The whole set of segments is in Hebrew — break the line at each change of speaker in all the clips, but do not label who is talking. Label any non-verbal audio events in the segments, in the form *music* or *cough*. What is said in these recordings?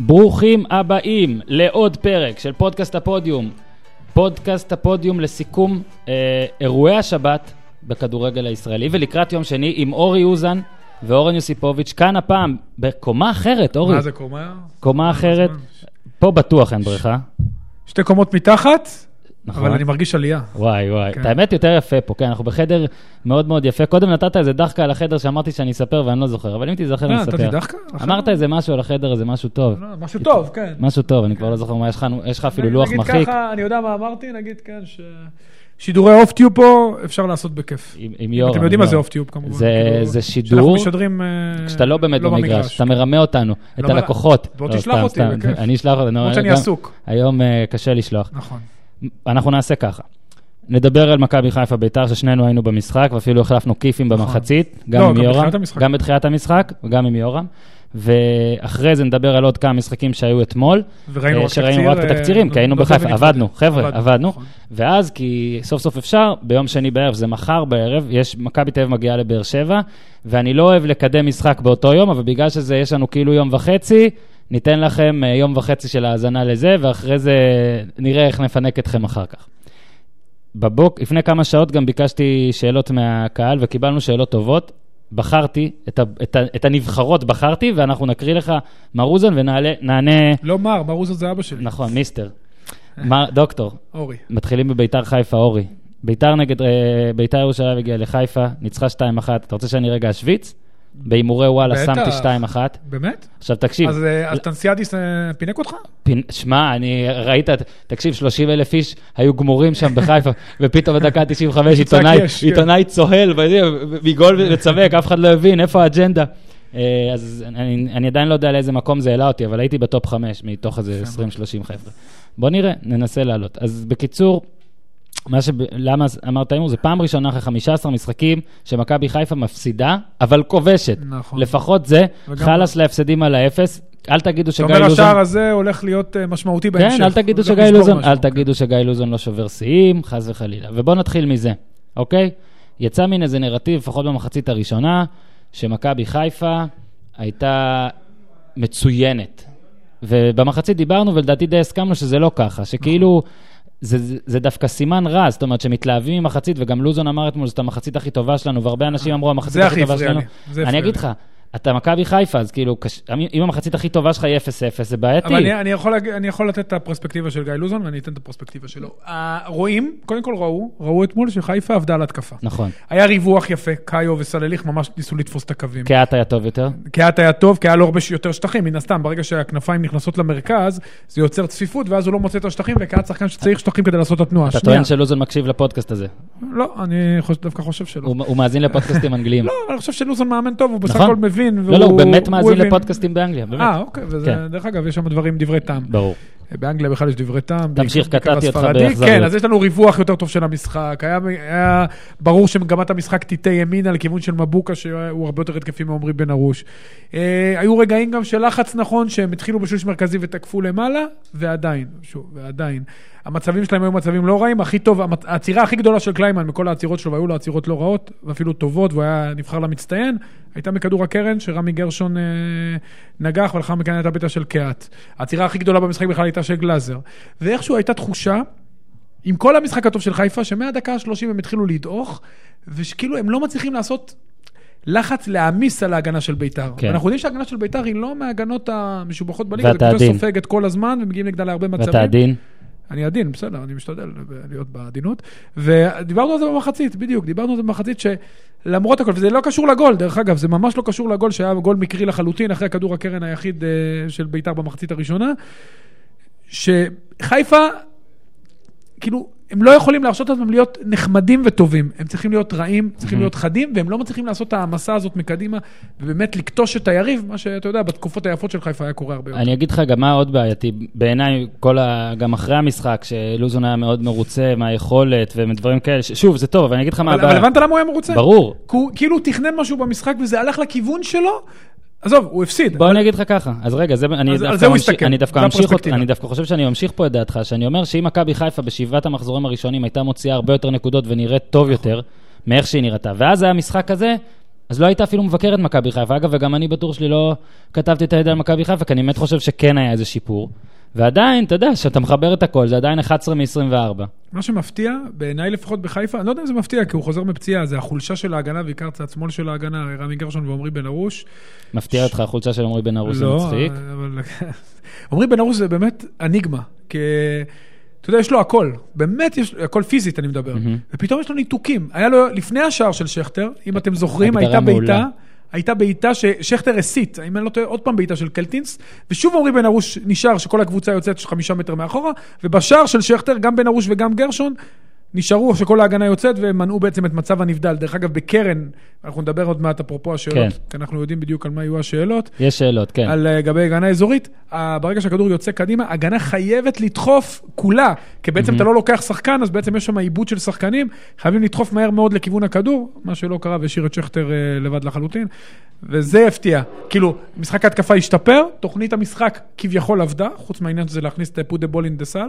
ברוכים הבאים לעוד פרק של פודקאסט הפודיום. פודקאסט הפודיום לסיכום אה, אירועי השבת בכדורגל הישראלי, ולקראת יום שני עם אורי אוזן ואורן יוסיפוביץ', כאן הפעם בקומה אחרת, אורי.
מה זה קומה?
קומה אחרת,
הזמן?
פה בטוח אין בריכה,
שתי קומות מתחת,
נכון?
אבל אני מרגיש עלייה.
וואי וואי,
כן.
את האמת יותר יפה פה, כן, אנחנו בחדר מאוד מאוד יפה. קודם נתת איזה דחקה על החדר שאמרתי שאני אספר ואני לא זוכר, אבל אם תיזכר אני
אה, אתה לא,
אספר.
תדחקה?
אמרת איזה משהו על החדר, איזה משהו טוב.
משהו טוב, כן.
משהו טוב, אני כבר לא זוכר מה יש לך, יש לך אפילו
נגיד
לוח מחיק.
ככה, אני יודע מה אמרתי, נגיד כן, ש... שידורי אוף טיוב פה אפשר לעשות בכיף.
עם- עם יורם.
אתם יודעים מה זה אוף טיוב כמובן.
זה-
כאילו,
זה
שאנחנו
שידור,
משדרים... אה,
כשאתה לא באמת במגרש, אתה מרמה אותנו, את
לא מר-
הלקוחות.
בוא
לא,
תשלח
סתם,
אותי,
סתם,
בכיף.
אני אשלח אותך. נו,
למרות שאני
גם-
עסוק.
היום אה, קשה לשלוח.
נכון.
אנחנו נעשה ככה. נדבר על מכבי חיפה ביתר, ששנינו היינו במשחק, ואפילו החלפנו כיפים
נכון.
במחצית, גם
לא,
עם
גם
יורם,
בתחילת המשחק.
גם בתחילת המשחק וגם עם יורם. ואחרי זה נדבר על עוד כמה משחקים שהיו אתמול,
וראינו
אה,
רק
שראינו רק את
תקציר,
התקצירים,
אה,
כי היינו
לא
בחיפה,
חייבים
עבדנו,
להתמודד.
חבר'ה, עבדנו.
נכון.
ואז, כי סוף סוף אפשר, ביום שני בערב, זה מחר בערב, יש, מכבי תל אביב מגיעה לבאר שבע, ואני לא אוהב לקדם משחק באותו יום, אבל בגלל שזה, יש לנו כאילו יום וחצי, ניתן לכם אה, יום וחצי של האזנה לזה, ואחרי זה נראה איך נפנק אתכם אחר כך. בבוק, לפני כמה שעות גם ביקשתי שאלות מהקהל, וקיבלנו שאלות טובות. בחרתי, את, ה, את, ה, את הנבחרות בחרתי, ואנחנו נקריא לך, מר אוזן, ונענה...
לא מר, מר אוזן זה אבא שלי,
נכון, מיסטר. מר, דוקטור,
אורי.
מתחילים בביתר חיפה, אורי. ביתר נגד, אה, ביתר ירושלים הגיעה לחיפה, ניצחה 2-1. אתה רוצה שאני רגע אשוויץ? בהימורי וואלה
בטח.
שמתי 2-1.
באמת?
עכשיו תקשיב,
אז אה, אז טנסיאדיס אה, פינק אותך?
פינ- שמע, אני ראית, תקשיב, 30 אלף איש היו גמורים שם בחיפה, *laughs* ופתאום בדקה 95
צעק
עיתונאי,
יש, כן.
עיתונאי צוהל, מגול וצבק, אף אחד לא הבין, איפה האג'נדה? אה, אז אני, אני עדיין לא יודע לאיזה מקום זה העלה אותי, אבל הייתי בטופ 5 מתוך איזה 20-30 חבר'ה. בוא נראה, ננסה לעלות. אז בקיצור, מה ש... למה אמרת הימור? זה פעם ראשונה אחרי 15 משחקים שמכבי חיפה מפסידה, אבל כובשת.
נכון.
לפחות זה,
וגם-
חלאס להפסדים על האפס. אל תגידו
אתה
שגיא
אומר,
לוזון...
השער הזה הולך להיות אה, משמעותי בהמשך.
כן, אל תגידו
הוא הולך
שגיא
לשבור
לוזון,
משהו. אוקיי.
אל תגידו שגיא לוזון לא שובר שיאים, חס וחלילה. ובואו נתחיל מזה, אוקיי? יצא מין איזה נרטיב, לפחות במחצית הראשונה, שמכבי חיפה הייתה מצוינת. ובמחצית דיברנו, ולדעתי די הסכמנו שזה לא ככה, שכאילו... זה, זה, זה דווקא סימן רע, זאת אומרת שמתלהבים ממחצית, וגם לוזון אמר אתמול, זאת המחצית הכי טובה שלנו, והרבה אנשים אמרו, המחצית
אה, זה
הכי
הכי
טובה
הפריע
שלנו.
לי. זה
אני
הפריע
אגיד
לי.
לך, אתה מכבי חיפה, אז כאילו, קש... אם המחצית הכי טובה שלך היא 0-0, זה בעייתי.
אבל אני, אני, יכול, להג- אני יכול לתת את הפרספקטיבה של גיא לוזון, ואני אתן את הפרספקטיבה שלו. אה, רואים, קודם כל ראו, ראו אתמול שחיפה עבדה על התקפה.
נכון.
היה ריווח יפה, קאיו וסלליך ממש ניסו לתפוס את הקווים.
קהת היה טוב יותר.
קהת היה טוב, כי היה לו הרבה ש- יותר שטחים, מן הסתם, ברגע שהכנפיים נכנסות למרכז, זה יוצר צפיפות, ואז הוא לא מוצא את השטחים, וקהת שחקן שצריך שטחים כדי לעשות את התנועה.
אתה
שנייה.
טוען שלוזון מקשיב לפודקאסט הזה.
לא, אני חוש, דווקא חושב שלא.
הוא הוא מאזין לפודקאסטים אנגליים.
לא, אבל אני חושב שלוזון מאמן טוב, הוא בסך
נכון.
הכל מבין.
לא, לא, הוא באמת
הוא
מאזין
הבין.
לפודקאסטים באנגליה, באמת.
אה, אוקיי, וזה,
כן.
דרך אגב, יש שם דברים, דברי טעם.
ברור.
באנגליה בכלל יש דברי טעם.
תמשיך,
בעיקר
קטעתי אותך
הספרדי.
באכזריות.
כן, אז יש לנו ריווח יותר טוב של המשחק. היה, היה ברור שמגמת המשחק תיטה ימינה לכיוון של מבוקה, שהוא הרבה יותר התקפי מעומרי בן ארוש. אה, היו רגעים גם של לחץ נכון, שהם התחילו בשליש מרכזי ותקפו למעלה, ועדיין, שוב, ועדיין. המצבים שלהם היו מצבים לא רעים, הכי טוב, המצ- העצירה הכי גדולה של קליימן מכל העצירות שלו, והיו לו עצירות לא רעות, ואפילו טובות, והוא היה נבחר למצטיין, הייתה מכדור הקרן שרמי גרשון אה, נגח, ולאחר מכן הייתה בעיטה של קהת. העצירה הכי גדולה במשחק בכלל הייתה של גלאזר. ואיכשהו הייתה תחושה, עם כל המשחק הטוב של חיפה, שמהדקה ה-30 הם התחילו לדעוך, ושכאילו הם לא מצליחים לעשות לחץ להעמיס על ההגנה של ביתר.
כן.
כן. אנחנו יודעים שההגנה של ביתר היא לא מההגנות המשובחות בליגה,
ואתה
זה פשוט
עדין.
סופגת כל הזמן, ומגיעים נגדה להרבה מצבים.
ואתה עדין?
אני עדין, בסדר, אני משתדל להיות בעדינות. ודיברנו על זה במחצית, בדיוק, דיברנו על זה במחצית שלמרות הכל, וזה לא קשור לגול, דרך אגב, זה ממש לא קשור לגול, שהיה גול מקרי לחלוטין, אחרי כדור הקרן היחיד אה, של בית"ר במחצית הראשונה, שחיפה, כאילו, הם לא יכולים להרשות לעצמם להיות נחמדים וטובים. הם צריכים להיות רעים, צריכים להיות חדים, והם לא מצליחים לעשות את ההעמסה הזאת מקדימה, ובאמת לכתוש את היריב, מה שאתה יודע, בתקופות היפות של חיפה היה קורה הרבה יותר.
אני אגיד לך גם מה עוד בעייתי. בעיניי, כל ה... גם אחרי המשחק, שלוזון היה מאוד מרוצה מהיכולת ומדברים כאלה. ש- שוב, זה טוב, אבל אני אגיד לך מה
אבל אבל
הבעיה.
הבנת למה הוא היה מרוצה?
ברור.
כי הוא כאילו הוא תכנן משהו במשחק וזה הלך לכיוון שלו, עזוב, הוא הפסיד.
בוא אני אגיד לך ככה, אז רגע, זה, אני,
על זה- על
דווקא
זה הוא
ממשיך-
הסתכל,
אני דווקא
זה
ממשיך, אות-
הפרספקטיבה.
אני דווקא חושב שאני ממשיך פה את דעתך, שאני אומר שאם מכבי חיפה בשבעת המחזורים
נכון.
הראשונים הייתה מוציאה הרבה יותר נקודות ונראית טוב יותר מאיך שהיא נראתה, ואז היה משחק כזה, אז לא הייתה אפילו מבקרת מכבי חיפה. אגב, וגם אני בטור שלי לא כתבתי את הידע על מכבי חיפה, כי אני באמת חושב שכן היה איזה שיפור. ועדיין, אתה יודע, כשאתה מחבר את הכל, זה עדיין 11 מ-24.
מה שמפתיע, בעיניי לפחות בחיפה, אני לא יודע אם זה מפתיע, כי הוא חוזר מפציעה, זה החולשה של ההגנה, בעיקר צד שמאל של ההגנה, הרי רמי גרשון ועמרי בן ארוש.
מפתיע אותך החולשה של
לא,
עמרי בן ארוש,
אה,
זה מצחיק.
אבל... עמרי בן ארוש זה באמת אניגמה. כי... אתה יודע, יש לו הכל. באמת, יש הכל פיזית, אני מדבר.
מהמם.
ופתאום יש לו ניתוקים. היה לו, לפני השער של שכטר, אם אתם זוכרים,
הגדרה
הייתה בעיטה,
מעולה.
הייתה בעיטה ששכטר הסית, אם אני לא טועה, עוד פעם בעיטה של קלטינס, ושוב עמרי בן ארוש נשאר, שכל הקבוצה יוצאת חמישה מטר מאחורה, ובשער של שכטר, גם בן ארוש וגם גרשון, נשארו שכל ההגנה יוצאת, והם מנעו בעצם את מצב הנבדל. דרך אגב, בקרן, אנחנו נדבר עוד מעט אפרופו השאלות,
כן.
כי אנחנו יודעים בדיוק על מה יהיו השאלות.
יש שאלות, כן.
על אה, גבי הגנה אזורית, אה, ברגע שהכדור יוצא קדימה, הגנה חייבת לדחוף כולה, כי בעצם אתה לא לוקח שחקן, אז בעצם יש שם עיבוד של שחקנים, חייבים לדחוף מהר מאוד לכיוון הכדור, מה שלא קרה והשאיר את שכטר אה, לבד לחלוטין, וזה הפתיע. כאילו, משחק ההתקפה השתפר, תוכנית המשחק כביכול עבדה, חוץ מהעניין שזה להכניס את פודה בול אין דה סל,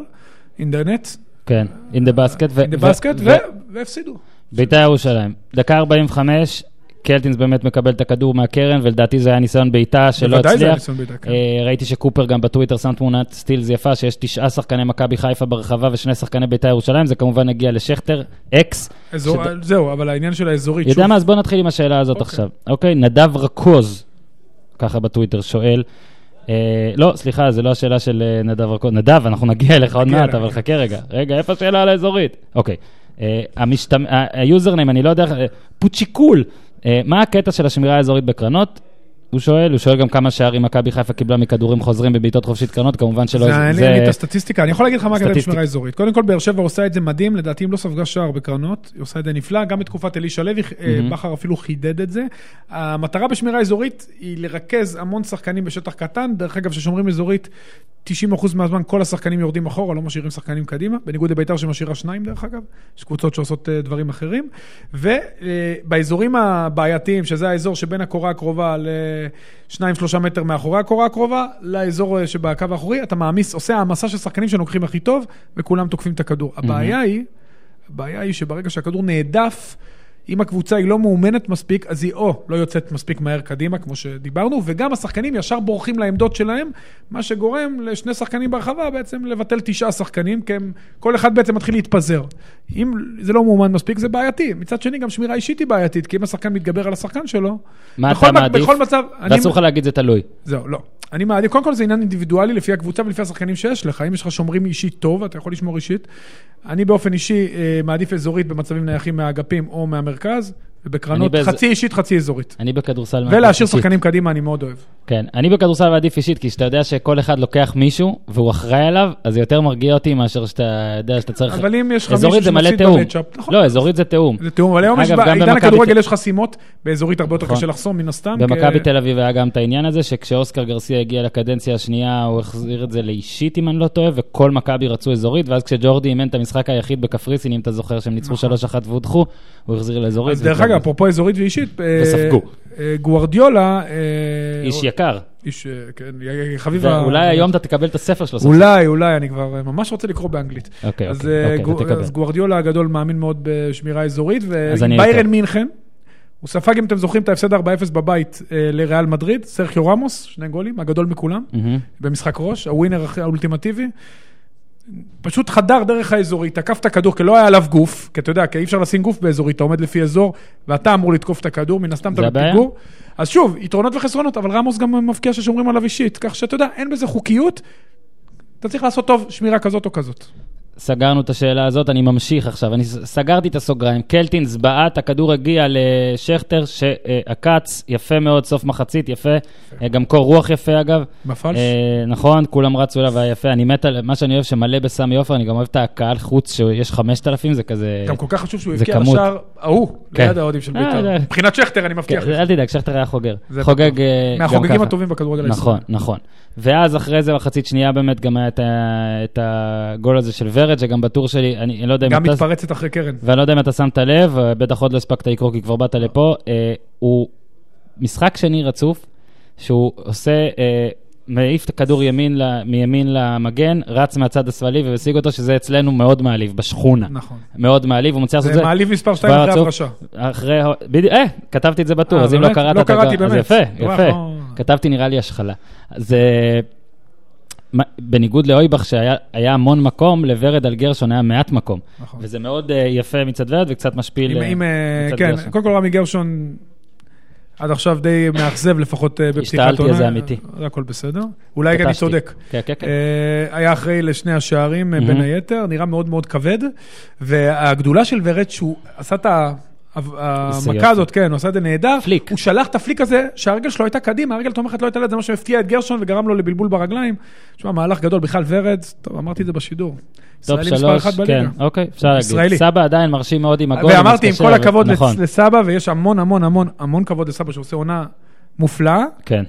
אין דה נט,
כן, in the basket. ו-
אין דה
ו-
בסקט,
ו-
והפסידו.
בית"ר ירושלים, דקה 45, קלטינס באמת מקבל את הכדור מהקרן, ולדעתי זה היה ניסיון בעיטה שלא
בוודאי זה
הצליח.
היה ניסיון בעיטה, כן.
אה, ראיתי שקופר גם בטוויטר שם תמונת סטילס יפה, שיש תשעה שחקני מכבי חיפה ברחבה ושני שחקני בית"ר ירושלים, זה כמובן הגיע לשכטר, אקס.
אזור-
שד-
זהו, אבל העניין של האזורית,
יודע
שוב,
מה, אז בוא נתחיל עם השאלה הזאת
אוקיי.
עכשיו. אוקיי, נדב רקוז, ככה בטוויטר, שואל. אה, לא, סליחה, זו לא השאלה של אה, נדב רקוז. נדב, אנחנו נגיע אליך עוד
נגיע
מעט,
אליך.
אבל חכה רגע. רגע, איפה השאלה על האזורית? אוקיי. היוזרניים, אני לא יודע, איך- אה, פוצ'יקול. אה, מה הקטע של השמירה האזורית בקרנות? הוא שואל, הוא שואל גם כמה שערים מכבי חיפה קיבלה מכדורים חוזרים בבעיטות חופשית קרנות, כמובן שלא...
זה... אין לי- אין לי את הסטטיסטיקה, אני יכול להגיד לך מה קרה
סטטיסטיקה.
בשמירה אזורית. קודם כל, באר שבע עושה את זה מדהים, לדעתי אם לא ספגה שער בקרנות, היא עושה את זה נפלא, גם בתקופת אלישע לוי, אה,
מהמם.
בכר אפילו חידד את זה. המטרה בשמירה אזורית היא לרכז המון שחקנים בשטח קטן, דרך אגב, כששומרים אזורית, 90% מהזמן כל השחקנים יורדים אחורה, לא משאירים שחקנים קדימה, בניגוד לביתר שמשאירה שניים דרך אגב, יש קבוצות שעושות אה, דברים אחרים. ובאזורים הבעייתיים, שזה האזור שבין הקורה הקרובה לשניים, שלושה מטר מאחורי הקורה הקרובה, לאזור אה, שבקו האחורי, אתה מעמיס, עושה העמסה של שחקנים שלוקחים הכי טוב, וכולם תוקפים את הכדור. הבעיה היא, הבעיה היא שברגע שהכדור נהדף, אם הקבוצה היא לא מאומנת מספיק, אז היא או לא יוצאת מספיק מהר קדימה, כמו שדיברנו, וגם השחקנים ישר בורחים לעמדות שלהם, מה שגורם לשני שחקנים ברחבה בעצם לבטל תשעה שחקנים, כי הם, כל אחד בעצם מתחיל להתפזר. אם זה לא מאומן מספיק, זה בעייתי. מצד שני, גם שמירה אישית היא בעייתית, כי אם השחקן מתגבר על השחקן שלו,
מה
בכל
אתה
מק-
מעדיף?
בכל מצב, אני-
ואסור לך להגיד זה תלוי.
זהו, לא. אני מעדיף, קודם כל זה עניין אינדיבידואלי לפי הקבוצה ולפי השחקנים שיש לך. אם יש לך שומרים אישית טוב, אתה יכול לשמור אישית. אני באופן אישי אה, מעדיף אזורית במצבים נייחים מהאגפים או מהמרכז, ובקרנות
אני אה, אוקיי. באיז-
חצי אישית, חצי אזורית.
אני בכדורסל...
ולהשאיר
אישית.
שחקנים קדימה אני מאוד אוהב.
כן, אני בכדורסל מעדיף אישית, כי כשאתה יודע שכל אחד לוקח מישהו והוא אחראי עליו, אז זה יותר מרגיע אותי מאשר שאתה יודע שאתה צריך...
אבל אם יש לך מישהו
אזורית זה מלא
שמפסיד
תיאום.
במצ'אפ, נכון.
לא, אזורית זה תיאום.
זה תיאום, אבל היום יש,
אגב, גם
בעידן
במכבי
הכדורגל
ת-
יש חסימות, באזורית הרבה יותר
נכון.
קשה לחסום מן הסתם.
במכבי
כי-
תל אביב היה גם את העניין הזה, שכשאוסקר גרסיה הגיע לקדנציה השנייה, הוא החזיר את זה לאישית, אם אני לא טועה, וכל מכבי רצו אזורית, ואז כשג'ורדי אימן את המשחק היחיד בקפריסין, אם אתה זוכר שהם ניצחו 3-1 והודחו, הוא החזיר לאזורית.
נכון. אז דרך
וזה-
אגב, אפרופו אזורית ואישית, אה,
וספגו.
אה, גוארדיולה, אה,
איש יקר.
איש, אה, כן, חביב ה-
ואולי היום אתה תקבל את הספר שלו. סוף סוף.
אולי, אולי, אני כבר אה, ממש רוצה לקרוא באנגלית.
אוקיי,
אז,
אוקיי,
אה,
אוקיי,
גו-
אתה תקבל.
אז גוורדיולה הגדול מאמין מאוד בשמירה אזורית,
אז אני יותר.
וביירן מינכן, הוא ספג, אם אתם זוכרים, את ההפסד 4-0 בבית אה, לריאל מדריד, סרחיו רמוס, שני גולים, הגדול מכולם,
מהמם.
במשחק ראש, הווינר הכי- האולטימטיבי. פשוט חדר דרך האזורית, תקף את הכדור, כי לא היה עליו גוף, כי אתה יודע, כי אי אפשר לשים גוף באזורית, אתה עומד לפי אזור, ואתה אמור לתקוף את הכדור, מן הסתם אתה
זה הבעיה.
בפיגור. אז שוב, יתרונות וחסרונות, אבל רמוס גם מבקיע ששומרים עליו אישית, כך שאתה יודע, אין בזה חוקיות, אתה צריך לעשות טוב שמירה כזאת או כזאת.
סגרנו את השאלה הזאת, אני ממשיך עכשיו. אני ס- סגרתי את הסוגריים. קלטינס בעט, הכדור הגיע לשכטר, שעקץ, יפה מאוד, סוף מחצית, יפה. אה, גם קור רוח יפה, אגב.
מפלש?
אה, נכון, כולם רצו אליו, היה יפה. אני מת על מה שאני אוהב, שמלא בסמי עופר, אני גם אוהב את הקהל חוץ, שיש 5,000, זה כזה...
גם כל כך חשוב שהוא
זה
הבקיע
כמות.
בשער ההוא,
כן.
ליד האוהדים של
אה,
בית"ר.
זה-
מבחינת שכטר, אני מבטיח.
כן, אל תדאג, שכטר היה חוגר.
זה
חוגג אה, גם ככה.
מהחוגגים הטובים בכדורגל הישראלי.
נכון, נכון. ואז אחרי זה, מחצית שנייה באמת, גם היה את ה- את הגול הזה של ורד, שגם בטור שלי, אני אני לא יודע אם
גם
אתה...
מתפרצת אחרי קרן.
ואני לא יודע אם אתה שמת לב, בטח עוד לא הספקת לקרוא כי כבר באת לפה, אה, הוא משחק שני רצוף, שהוא עושה אה, מעיף את הכדור ימין ל- מימין למגן, רץ מהצד השמאלי ומשיג אותו, שזה אצלנו מאוד מעליב, בשכונה.
נכון.
מאוד מעליב, הוא מצליח לעשות את
זה
אה. זה.
מעליב מספר 2
כבר
אחרי
הצהוב.
הפרשה.
אחרי... ה- בדיוק, אה, כתבתי את זה בטור,
אה,
אז אם
באמת?
לא קראת...
לא
אתה
קראתי,
גם- אז
באמת.
יפה,
וואו,
יפה.
וואו.
כתבתי נראה לי השחלה. אז אה, מה- בניגוד לאויבך, שהיה היה המון מקום, לוורד על גרשון היה מעט מקום.
נכון.
וזה מאוד אה, יפה מצד ורד וקצת משפיל.
אם-
אה,
אם, אה,
מצד
כן,
גרשון.
קודם כל רמי גרשון עד עכשיו די מאכזב לפחות אה, בפתיחת
השתעלתי,
עונה.
אז זה אמיתי.
זה הכל בסדר. אולי גם אני
התעטשתי.
צודק.
כן, כן, כן.
אה, היה אחראי לשני השערים, אה, בין
מהמם.
היתר, נראה מאוד מאוד כבד. והגדולה של ורד, שהוא עשה את ה...
יופי.
המכה הזאת, כן, הוא עשה את זה נהדר.
פליק.
הוא שלח את הפליק הזה, שהרגל שלו הייתה קדימה, הרגל תומכת לא הייתה ליד, זה מה שהפתיע את גרשון וגרם לו לבלבול ברגליים. תשמע, מהלך גדול, בכלל ורד, טוב, אמרתי את זה בשידור.
טופ
ישראלי מספר
שלוש,
אחת בליגה.
כן, אוקיי, אפשר להגיד.
ישראלי.
סבא עדיין מרשים מאוד עם הגול.
ואמרתי, עם
מתקשר,
כל
אבל-
הכבוד לצ-
נכון,
לסבא, ויש המון המון המון המון כבוד לסבא שעושה עונה מופלאה,
כן,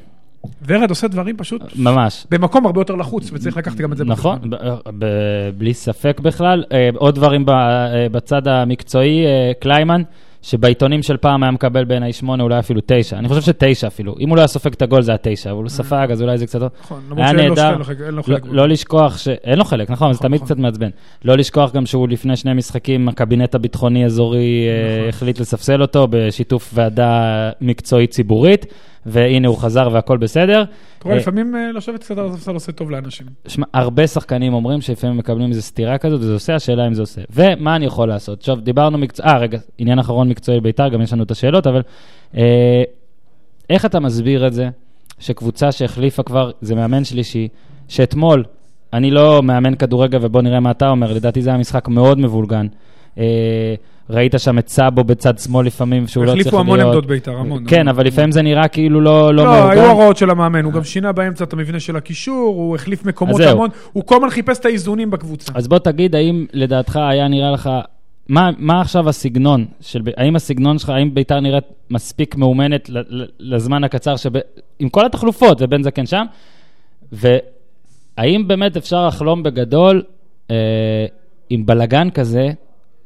ורד עושה דברים פשוט
ממש.
במקום הרבה יותר לחוץ, וצריך לקחת גם את זה
אה, נכון,
בחשבון.
ב- ב- בלי ספק בכלל. אה, עוד דברים ב- אה, בצד המקצועי, אה, קליימן, שבעיתונים של פעם היה מקבל בעיניי שמונה, אולי אפילו תשע. אני חושב שתשע אפילו. אם הוא לא היה סופג את הגול זה היה תשע, אבל הוא ספג, אז אולי זה קצת...
אה.
לא-
נכון,
היה
למרות שאין לו-
נהדר.
אין לו חלק- אין לו
לא-
חלק.
לא לשכוח ש... אין לו חלק, נכון, זה
נכון,
תמיד
נכון.
קצת מעצבן. לא לשכוח גם שהוא לפני שני משחקים, הקבינט הביטחוני-אזורי אה,
נכון.
החליט לספסל אותו בשיתוף ועדה מקצועית ציבורית, והנה הוא חזר והכל בסדר.
אתה רואה,
אה,
לפעמים אה, לשבת קצת על הספסל עושה טוב לאנשים.
שמע, הרבה שחקנים אומרים שלפעמים מקבלים איזו סטירה כזאת, וזה עושה, השאלה אם זה עושה. ומה אני יכול לעשות? עכשיו, דיברנו מקצוע... אה, רגע, עניין אחרון מקצועי בית"ר, גם יש לנו את השאלות, אבל... אה, איך אתה מסביר את זה שקבוצה שהחליפה כבר, זה מאמן שלישי, שאתמול, אני לא מאמן כדורגל ובוא נראה מה אתה אומר, לדעתי זה היה משחק מאוד מבולגן. אה, ראית שם את סאבו בצד שמאל לפעמים, שהוא לא צריך להיות...
החליפו המון עמדות בית"ר, המון.
כן,
המון.
אבל לפעמים זה נראה כאילו לא לא
לא,
מאורגן. אה.
היו הוראות של המאמן, הוא גם שינה באמצע את המבנה של הקישור, הוא החליף מקומות
זהו.
המון, הוא כל הזמן חיפש את האיזונים בקבוצה.
אז בוא תגיד, האם לדעתך היה נראה לך... מה, מה עכשיו הסגנון של... ב- האם הסגנון שלך, האם ביתר נראית מספיק מאומנת ל- ל- לזמן הקצר שב... עם כל התחלופות, ובן זקן שם? והאם באמת אפשר לחלום בגדול אה, עם בלגן כזה,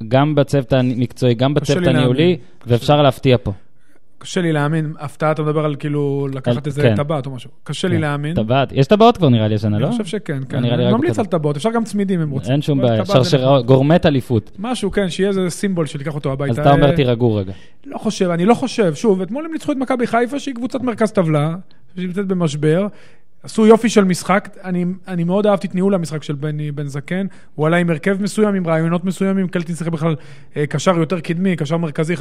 גם בצוות המקצועי, גם
קשה
בצוות
לי להאמין.
הניהולי, ואפשר להפתיע פה?
קשה לי להאמין, הפתעה, אתה מדבר על כאילו לקחת
כן.
איזה טבעת או משהו. קשה לי
כן.
להאמין.
טבעת, יש טבעות כבר נראה לי השנה, לא?
אני חושב שכן, כן.
נראה לי
אני
רק
ממליץ
בכדור.
על טבעות, אפשר גם צמידים אם רוצים.
אין שום
אבל
בעיה,
טבעת זה
שרשראות, גורמת אליפות.
נחמד. משהו, כן, שיהיה איזה סימבול שתיקח אותו הביתה.
אז אתה
אה,
אומר תירגעו רגע.
לא חושב, אני לא חושב. שוב, אתמול הם ניצחו את מכבי חיפה, שהיא קבוצת מרכז טבלה, שנמצאת במשבר. עשו יופי של משחק, אני, אני מאוד אהבתי את ניהול המשחק של בני בן זקן, הוא עלה עם הרכב מסוים, עם רעיונות מסוימים, קלטין שיחק בכלל אה, קשר יותר קדמי, קשר מרכזי, 50-50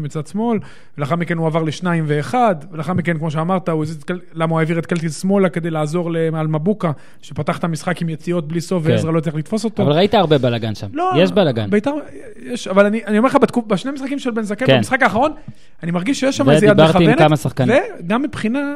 מצד שמאל, ולאחר מכן הוא עבר לשניים ואחד, ולאחר מכן, כמו שאמרת, הוא הזיז, את קל- למה הוא העביר את קלטין שמאלה כדי לעזור לאלמבוקה, שפתח את המשחק עם יציאות בלי סוף,
כן.
ועזרא לא הצליח לתפוס אותו.
אבל ראית הרבה בלגן שם.
לא,
יש בלגן.
ביתר, יש, אבל אני, אני אומר לך, בתקופ, בשני משחקים של בן זקן,
כן.
כן. במשחק האחרון, אני מרגיש שיש שם איזה יד מכוונת.
ודיברתי עם כמה שחקנים.
וגם מבחינה,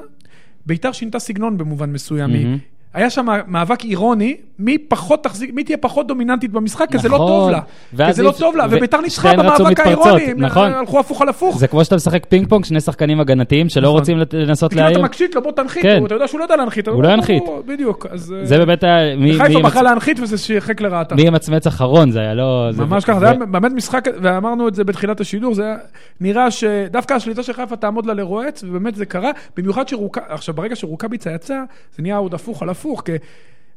ביתר שינתה סגנון במובן מסוים.
מהמם.
Mm-hmm. היה שם מאבק אירוני, מי פחות תחזיק, מי תהיה פחות דומיננטית במשחק, כי זה לא
נכון.
טוב לה. כי
ואז
זה לא
אי-
טוב לה,
ו-
וביתר ניצחה
שתיהן רצו
במאבק
מתפרצות,
האירוני. הם
נכון.
הלכו הפוך על הפוך.
זה כמו שאתה משחק פינג פונג, שני שחקנים הגנתיים שלא
נכון.
רוצים לת- לנסות
כאילו אתה
להעיר.
מקשיט לו, בוא תנחית,
כן.
הוא- אתה יודע שהוא לא יודע להנחית. אבל
הוא לא
הוא-
ינחית.
הוא- בדיוק, אז... אה,
זה באמת היה... מי- מי
חיפה
ימצ-
בחרה להנחית וזה שיחק לרעתה.
מי ימצמץ אחרון זה היה, לא... זה-
ממש ככה, זה היה באמת משחק, ואמרנו את זה בתחילת השידור, זה היה נראה שדווקא השליטה של חיפה תעמוד לה לרועץ, ובאמת זה קרה, במיוחד שרוקה, עכשיו ברגע שרוקאביצה יצא, זה נהיה עוד הפוך על הפוך, כי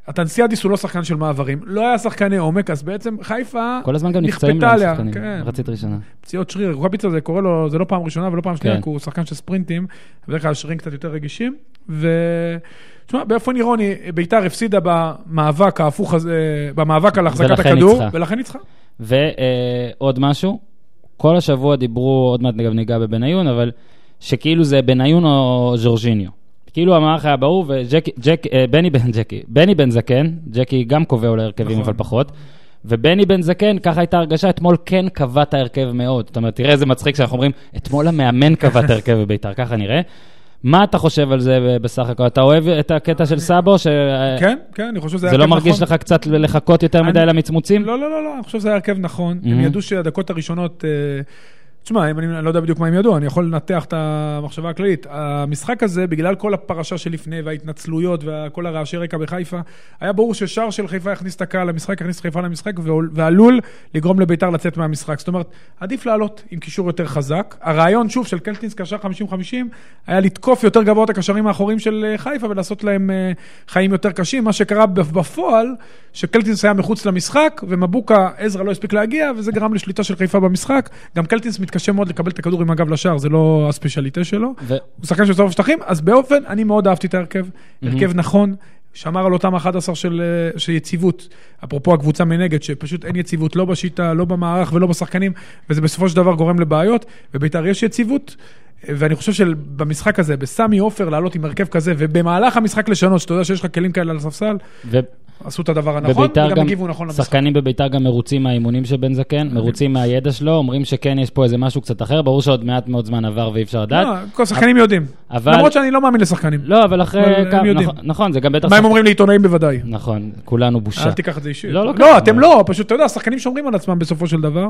הטנסיאדיס הוא לא שחקן של מעברים, לא היה שחקני עומק, אז בעצם חיפה
כל הזמן גם נפצעים
נכפתה
להם
עליה,
שחקנים,
כן,
מחצית ראשונה.
פציעות שריר, רוקאביצה זה קורה לו, זה לא פעם ראשונה ולא פעם שנייה,
כן.
כי הוא שחקן של ספרינטים, בדרך כלל השרירים קצת יותר רגישים, ו... תשמע, באופן אירוני, ביתר הפסידה במאבק ההפוך הזה, במאבק על החזקת
ולכן
הכדור,
ניצחה.
ולכן ניצחה.
ועוד משהו, כל השבוע דיברו, עוד מעט גם ניגע בבניון, אבל שכאילו זה בניון או ז'ורג'יניו. כאילו המערך היה ברור, וג'קי, ג'ק, אה, בני בן ג'קי, בני בן זקן, ג'קי גם קובע אולי הרכבים,
נכון.
אבל פחות. ובני בן זקן, ככה הייתה הרגשה, אתמול כן קבע את ההרכב מאוד. זאת אומרת, תראה איזה מצחיק שאנחנו אומרים, אתמול המאמן קבע את ההרכב בביתר, *laughs* ככה נראה. מה אתה חושב על זה ב- בסך הכל? אתה אוהב את הקטע של סאבו, שזה
כן, כן, אני חושב שזה היה
לא
הרכב
מרגיש
נכון.
לך קצת לחכות יותר
אני-
מדי למצמוצים?
לא, לא, לא, לא, אני חושב שזה היה הרכב נכון.
Mhm.
הם ידעו שהדקות הראשונות... אה, תשמע, אם אני, אני לא יודע בדיוק מה הם ידעו, אני יכול לנתח את המחשבה הכללית. המשחק הזה, בגלל כל הפרשה שלפני וההתנצלויות וכל הרעשי רקע בחיפה, היה ברור ששער של חיפה יכניס את הקהל למשחק, יכניס את חיפה למשחק, ועול- ועלול לגרום לביתר לצאת מהמשחק. זאת אומרת, עדיף לעלות עם קישור יותר חזק. הרעיון, שוב, של קלטינס קשר 50-50, היה לתקוף יותר גבוה את הקשרים האחוריים של אה, חיפה ולעשות להם אה, חיים יותר קשים. מה שקרה בפועל, שקלטינס היה מחוץ למשחק, ומבוקה, עזרא לא הספיק להגיע, וזה גרם לשליטה של חיפה במשחק. גם קלטינס מתקשה מאוד לקבל את הכדור עם הגב לשער, זה לא הספיישליטה שלו.
ו-
הוא שחקן של סוף השטחים, אז באופן, אני מאוד אהבתי את ההרכב. הרכב נכון, שמר על אותם 11 של, אה, של יציבות. אפרופו הקבוצה מנגד, שפשוט אין יציבות לא בשיטה, לא במערך ולא בשחקנים, וזה בסופו של דבר גורם לבעיות. בבית"ר יש יציבות. אה, ואני חושב שבמשחק הזה, בסמי עופר לעלות עם הרכב כזה, ובמהלך המשחק לשנות, שאתה יודע שיש לך כלים כאלה על הספסל,
ו-
עשו את הדבר הנכון,
בביתר
וגם
גם,
הגיבו נכון למשחק.
שחקנים בביתר גם מרוצים מהאימונים של בן זקן, מרוצים מהידע שלו, אומרים שכן, יש פה איזה משהו קצת אחר, ברור שעוד מעט מאוד זמן עבר ואי אפשר לדעת.
לא, כל השחקנים יודעים.
אבל-
למרות שאני לא מאמין לשחקנים.
לא, אבל אחרי...
אבל הם
כמה-
יודעים.
נכון- נכון, זה גם בטח...
מה הם
שחק-
אומרים לעיתונאים בוודאי.
נכון, כולנו בושה.
אל תיקח את זה אישית.
לא, לא
לא,
ככה.
אתם לא, פשוט, אתה יודע, שחקנים שומרים על עצמם בסופו של דבר,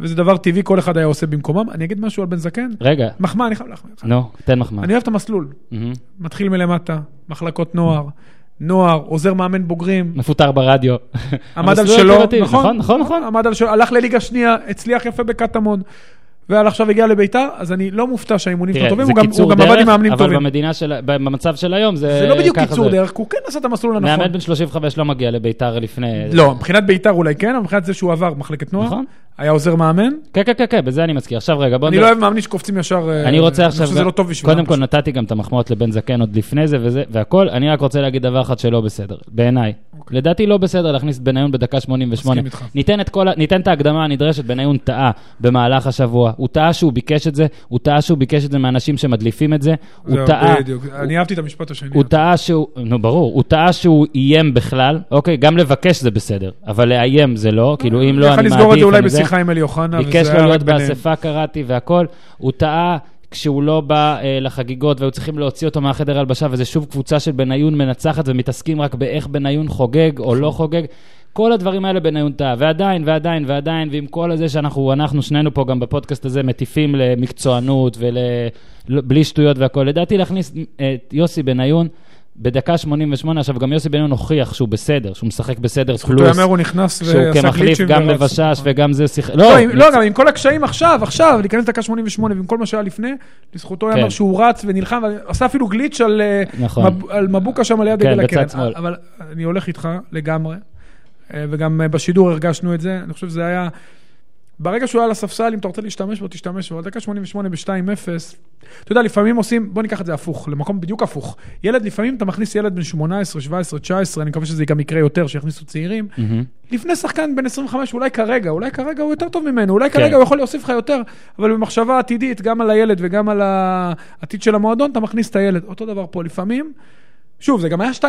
וזה דבר טבעי, כל אחד היה עושה במקומם. אני אגיד משהו על בן זקן?
רגע,
מחמאה, אני חייב להחמיא לך.
נו, תן מחמאה.
אני אוהב את המסלול.
מהמם.
מתחיל מלמטה, מחלקות נוער, נוער, עוזר מאמן בוגרים,
מפוטר ברדיו.
עמד על
המסלול
שלו,
הקהילתי, נכון, נכון, נכון.
עמד על שלו, הלך לליגה שנייה, הצליח יפה בקטמון, ועל עכשיו הגיע לביתר, אז אני לא מופתע שהאימונים שלו
תראה,
טובים,
זה
הוא גם- הוא
קיצור
גם עבד עם
דרך,
מאמנים
אבל
טובים.
במדינה של... במצב של היום זה...
זה לא בדיוק
ככה
קיצור
זה.
דרך, הוא כן עשה את המסלול הנכון.
מאמן בן 35 לא מגיע לביתר לפני...
לא, מבחינת ביתר אולי כן, אבל מבחינת זה שהוא עבר מחלקת נוער,
נכון.
היה עוזר מאמן,
כן, כן, כן, כן, בזה אני מזכיר. עכשיו רגע, בוא
אני
נדבר-
לא אוהב מאמנים שקופצים ישר, אה,
אני רוצה עכשיו,
אני חושב שזה
גם-
לא טוב בשבילם.
קודם כל נתתי גם את המחמאות לבן זקן עוד לפני זה וזה, והכל, אני רק רוצה להגיד דבר אחד שלא בסדר, בעיניי. לדעתי לא בסדר להכניס את בניון בדקה 88.
אוקיי. מסכים איתך.
ניתן את כל ה- ניתן את ההקדמה הנדרשת, בניון טעה במהלך השבוע. הוא טעה שהוא ביקש את זה, הוא טעה שהוא ביקש את זה מאנשים שמדליפים את זה, הוא
זהו,
טעה...
בדיוק,
הוא-
אני אהבתי את המשפט השני.
הוא טעה שהוא, נו ברור, הוא טעה שהוא איים בכלל, אוקיי, גם לבקש זה בסדר, אבל לאיים זה לא, כאילו אם לא,
אה, יכול
אני
לסגור את
מעדיף,
זה אולי
אני זה.
בשיחה עם אלי אוחנה,
ביקש
וזה
לא
היה רק
להיות
ביניהם.
באספה, קראתי והכל. הוא טעה כשהוא לא בא אה, לחגיגות והיו צריכים להוציא אותו מהחדר הלבשה, וזה שוב קבוצה של בניון מנצחת ומתעסקים רק באיך בניון חוגג או לא חוגג. כל הדברים האלה בניון טעה, ועדיין, ועדיין, ועדיין, ועם כל הזה שאנחנו, אנחנו שנינו פה גם בפודקאסט הזה מטיפים למקצוענות ול... לא- בלי שטויות והכול. לדעתי להכניס אה, את יוסי בניון בדקה 88, עכשיו גם יוסי בניון הוכיח שהוא בסדר, שהוא משחק בסדר
הוא
פלוס,
אומר, הוא נכנס
שהוא
ועשה
כמחליף
גליצ'ים
גם
ורץ.
מבשש וגם זה שיחק.
לא, עם- לא, גם עם כל הקשיים עכשיו, עכשיו, להיכנס לדקה 88 ועם כל מה שהיה לפני, לזכותו
כן.
יאמר שהוא רץ ונלחם, ועשה אפילו גליץ' על אה,
נכון.
מב- על מבוקה שם ליד
כן,
דגל
בצד
הקרן.
שמאל.
אבל אני הולך איתך לגמרי, אה, וגם אה, בשידור הרגשנו את זה, אני חושב שזה היה... ברגע שהוא היה על הספסל, אם אתה רוצה להשתמש בו, תשתמש בו. דקה 88 ב-2-0, אתה יודע, לפעמים עושים, בוא ניקח את זה הפוך, למקום בדיוק הפוך. ילד, לפעמים אתה מכניס ילד בן 18, 17, 19, אני מקווה שזה גם יקרה יותר, שיכניסו צעירים,
מהמם.
לפני שחקן בן 25, אולי כרגע, אולי כרגע הוא יותר טוב ממנו, אולי
כן.
כרגע הוא יכול להוסיף לך יותר, אבל במחשבה עתידית, גם על הילד וגם על העתיד של המועדון, אתה מכניס את הילד. אותו דבר פה לפעמים. שוב, זה גם היה 2-0.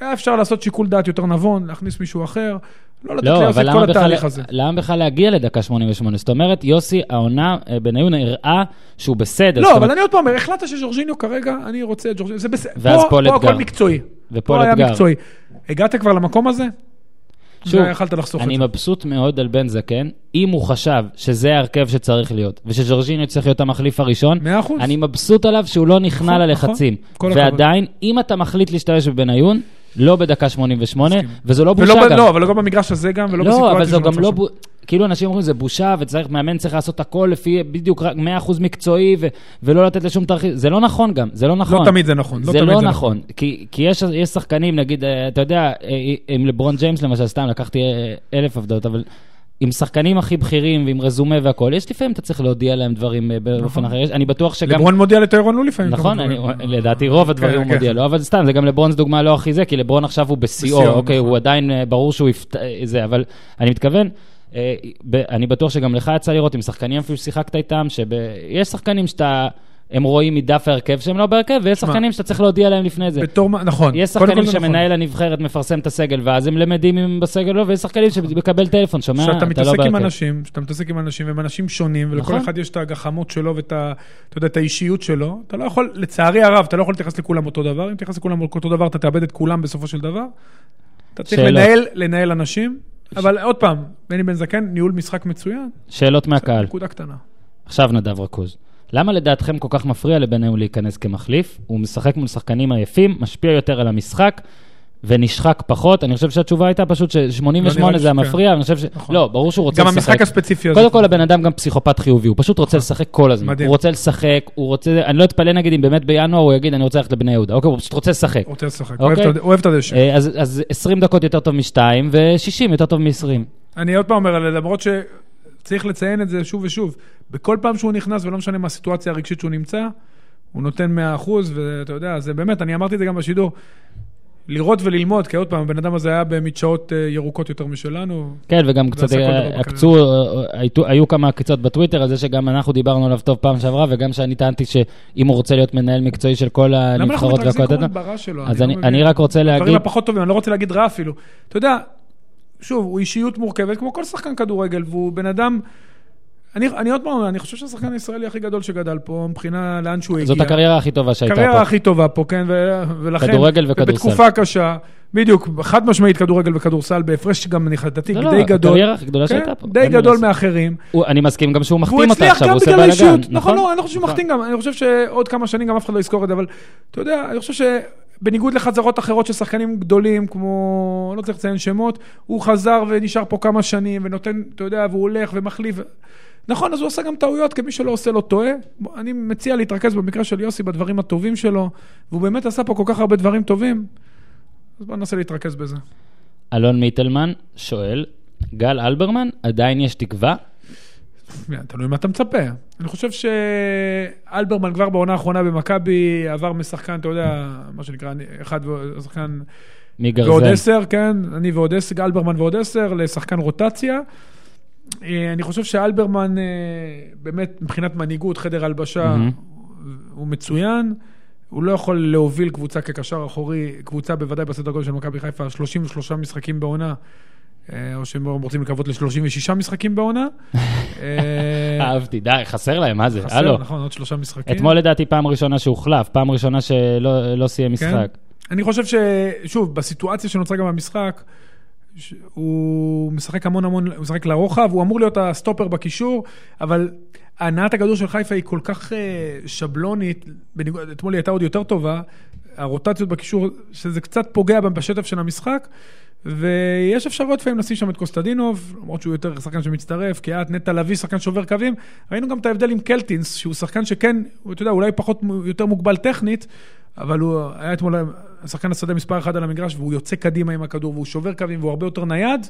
היה אפשר לעשות שיקול דעת יותר נבון, להכניס מישהו אחר, לא לתת
לא,
ליוסי
אבל
את כל
למה בכלל, לא,
התהליך הזה.
למה בכלל להגיע לדקה 88? זאת אומרת, יוסי, העונה, אה, בניון הראה שהוא בסדר. זאת
לא, אבל
אומרת,
אני עוד פעם אומר, החלטת שג'ורג'יניו כרגע, אני רוצה את ג'ורג'יניו, זה בסדר.
ואז
פה-
פול
פה
אתגר.
הכל מקצועי.
ופה
פה היה
לאתגר.
מקצועי. הגעת כבר למקום הזה?
שוב,
ויכלת לחסוך את
אני
זה.
מבסוט מאוד על בן זקן, אם הוא חשב שזה ההרכב שצריך להיות, ושז'ורג'יניו צריך להיות המחליף הראשון,
מאה אחוז.
אני מבסוט עליו שהוא לא נכנע
נכון,
ללחצים.
נכון. כל הכבוד.
ועדיין, אם אתה מחליט להשתמש בבניון, לא בדקה 88,
מסכים.
וזו לא בושה
ולא ב-
גם.
לא, אבל לא גם במגרש הזה גם, ולא
לא, אבל זו
שלא
גם לא...
צריך
בו- כאילו אנשים אומרים, זה בושה, וצריך, מאמן צריך לעשות הכל לפי בדיוק רק 100% מקצועי, ו- ולא לתת לשום תרחיב. זה לא נכון גם, זה לא נכון.
לא תמיד זה נכון.
זה לא נכון, כי, כי יש, יש שחקנים, נגיד, אה, אתה יודע, אה, עם לברון ג'יימס למשל, סתם לקחתי אה, אלף עבדות, אבל עם שחקנים הכי בכירים ועם רזומה והכול, יש לפעמים אתה צריך להודיע להם דברים אה, באופן אחר, יש- אני בטוח שגם...
נכון. לברון מודיע לטיירון לו לפעמים.
נכון,
כמה
אני,
דברים.
לדעתי רוב הדברים
כן,
הוא
כן.
מודיע לא לו, אבל סתם, זה גם לברון זו דוגמה לא הכי זה, כי לברון עכשיו הוא בשיאו,
בשיאו,
אוקיי,
נכון.
הוא עדיין, אה, ברור שהוא יפת... אה, זה, אבל אני מתכוון, אה, ב- אני בטוח שגם לך יצא לראות עם שחקנים אפילו שיחקת איתם, שיש שחקנים שאתה, הם רואים מדף ההרכב שהם לא בהרכב, ויש
שמע,
שחקנים שאתה צריך להודיע להם לפני זה.
בתור מה, נכון.
יש
קודם כל
שחקנים
זה נכון.
שמנהל הנבחרת מפרסם את הסגל, ואז הם למדים אם הם בסגל או לא, ויש שחקנים שמקבל טלפון, שומע,
כשאתה
אתה לא
מתעסק עם
בהרכב.
אנשים, כשאתה מתעסק עם אנשים, והם אנשים שונים, ולכל
נכון.
אחד יש את הגחמות שלו ואת ה- אתה יודע, את האישיות שלו, אתה לא יכול, לצערי הרב, אתה לא יכול להתייחס לכולם אותו דבר. אם תתייחס לכולם אותו דבר, אתה תאבד את כולם בסופו של דבר. אתה צריך
שאלות.
לנהל, לנהל אנשים. אבל עוד פעם, בני בן זקן, ניהול משחק מצוין,
שאלות מהקהל.
נקודה קטנה.
עכשיו נדב רקוז. למה לדעתכם כל כך מפריע לבניהו להיכנס כמחליף? הוא משחק מול שחקנים עייפים, משפיע יותר על המשחק ונשחק פחות. אני חושב שהתשובה הייתה פשוט
לא נראה
ש-88
לי
זה
שכן.
המפריע, אני חושב ש...
נכון.
לא, ברור שהוא רוצה
גם
לשחק.
המשחק הספציפי הזה. נכון.
קודם כל, הבן אדם גם פסיכופת חיובי, הוא פשוט רוצה לשחק כל הזמן.
מדהים.
הוא רוצה לשחק, הוא רוצה... אני לא אתפלא נגיד אם באמת בינואר הוא יגיד, אני רוצה ללכת לבני יהודה. אוקיי, הוא פשוט רוצה לשחק.
רוצה לשחק,
אוקיי.
אוהב את- אוהב את הדשא.
אה, אז אז 20 דקות יותר טוב משתיים, ו-60 יותר טוב מ-20.
אני עוד פעם אומר, למרות שצריך לציין את זה שוב ושוב, בכל פעם שהוא נכנס, ולא משנה מה הסיטואציה הרגשית שהוא נמצא, הוא נותן 100%, ואתה יודע, זה באמת, אני אמרתי את זה גם בשידור, לראות וללמוד, כי עוד פעם, הבן אדם הזה היה במדשאות אה, ירוקות יותר משלנו.
כן, וגם
ועשה
קצת
כל דבר בקריירה.
עקצו, אה, אה, היו- היו כמה עקיצות בטוויטר על זה שגם אנחנו דיברנו עליו טוב פעם שעברה, וגם שאני טענתי שאם הוא רוצה להיות מנהל מקצועי של כל
למה אנחנו
הנבחרות
מתרכזים כל
והקודדות,
הזמן ברע שלו?
אז
לא
אני-
מבין.
אני רק רוצה
הדברים
להגיד,
הפחות טובים, אני לא רוצה להגיד רע אפילו. אתה יודע, שוב, הוא אישיות מורכבת, כמו כל שחקן כדורגל, והוא בן אדם... אני, אני עוד פעם, אומר, אני חושב שהשחקן הישראלי הכי גדול שגדל פה, מבחינה לאן שהוא הגיע.
זאת הקריירה הכי טובה שהייתה
הקריירה
פה.
הכי טובה פה, כן, ו- ולכן...
כדורגל וכדורסל.
ובתקופה קשה, בדיוק, חד משמעית כדורגל וכדורסל, בהפרש גם נכדתי
לא, לא,
די גדול.
הקריירה הכי גדולה
כן,
שהייתה פה.
די
אין מה
גדול
לעשות.
מאחרים.
הוא- אני מסכים גם שהוא
והוא
מחתים אותה
הצליח
עכשיו,
גם
הוא עושה
בגלל האישיות.
בלאגן,
נכון, לא, אני לא חושב שהוא מחטיא גם, אני חושב שעוד כמה שנים גם אף אחד לא יזכור את זה, אבל אתה יודע, אני חושב שבניגוד לחזרות אחרות של שחקנים גדולים, כמו, לא צריך לציין שמות, הוא חזר ונשאר פה כמה שנים, ונותן, אתה יודע, והוא הולך ומחליף. נכון, אז הוא עשה גם טעויות, כי מי שלא עושה לא טועה. בוא, אני מציע להתרכז במקרה של יוסי בדברים הטובים שלו, והוא באמת עשה פה כל כך הרבה דברים טובים, אז בוא ננסה להתרכז בזה.
אלון מיטלמן שואל, גל אלברמן, עדיין יש תקווה?
תלוי מה אתה מצפה. אני חושב שאלברמן כבר בעונה האחרונה במכבי עבר משחקן, אתה יודע, מה שנקרא, אני- אחד ועוד- שחקן ועוד
מגרזן.
עשר, כן, אני ועוד עשר, אלברמן ועוד עשר, לשחקן רוטציה. אה, אני חושב שאלברמן, אה, באמת, מבחינת מנהיגות, חדר הלבשה,
מהמם.
הוא מצוין. הוא לא יכול להוביל קבוצה כקשר אחורי, קבוצה בוודאי בסדר גודל של מכבי חיפה, 33 משחקים בעונה, אה, או שהם רוצים לקוות ל-36 משחקים
*laughs*
בעונה. אה,
אהבתי, די, חסר להם, מה זה? הלו.
חסר, נכון, עוד שלושה משחקים.
אתמול לדעתי פעם ראשונה שהוחלף, פעם ראשונה שלא לא סיים
כן?
משחק.
אני חושב ש... שוב, בסיטואציה שנוצרה גם במשחק, ש... הוא משחק המון המון, הוא משחק לרוחב, הוא אמור להיות הסטופר בקישור, אבל הנעת הכדור של חיפה היא כל כך אה, שבלונית, בניגוד, אתמול היא הייתה עוד יותר טובה, הרוטציות בקישור, שזה קצת פוגע בשטף של המשחק. ויש אפשרויות לפעמים לשים שם את קוסטדינוב, למרות שהוא יותר שחקן שמצטרף, כי את נטע לביא, שחקן שובר קווים. ראינו גם את ההבדל עם קלטינס, שהוא שחקן שכן, הוא, אתה יודע, אולי פחות, יותר מוגבל טכנית, אבל הוא היה אתמול שחקן השדה מספר אחד על המגרש, והוא יוצא קדימה עם הכדור, והוא שובר קווים, והוא הרבה יותר נייד.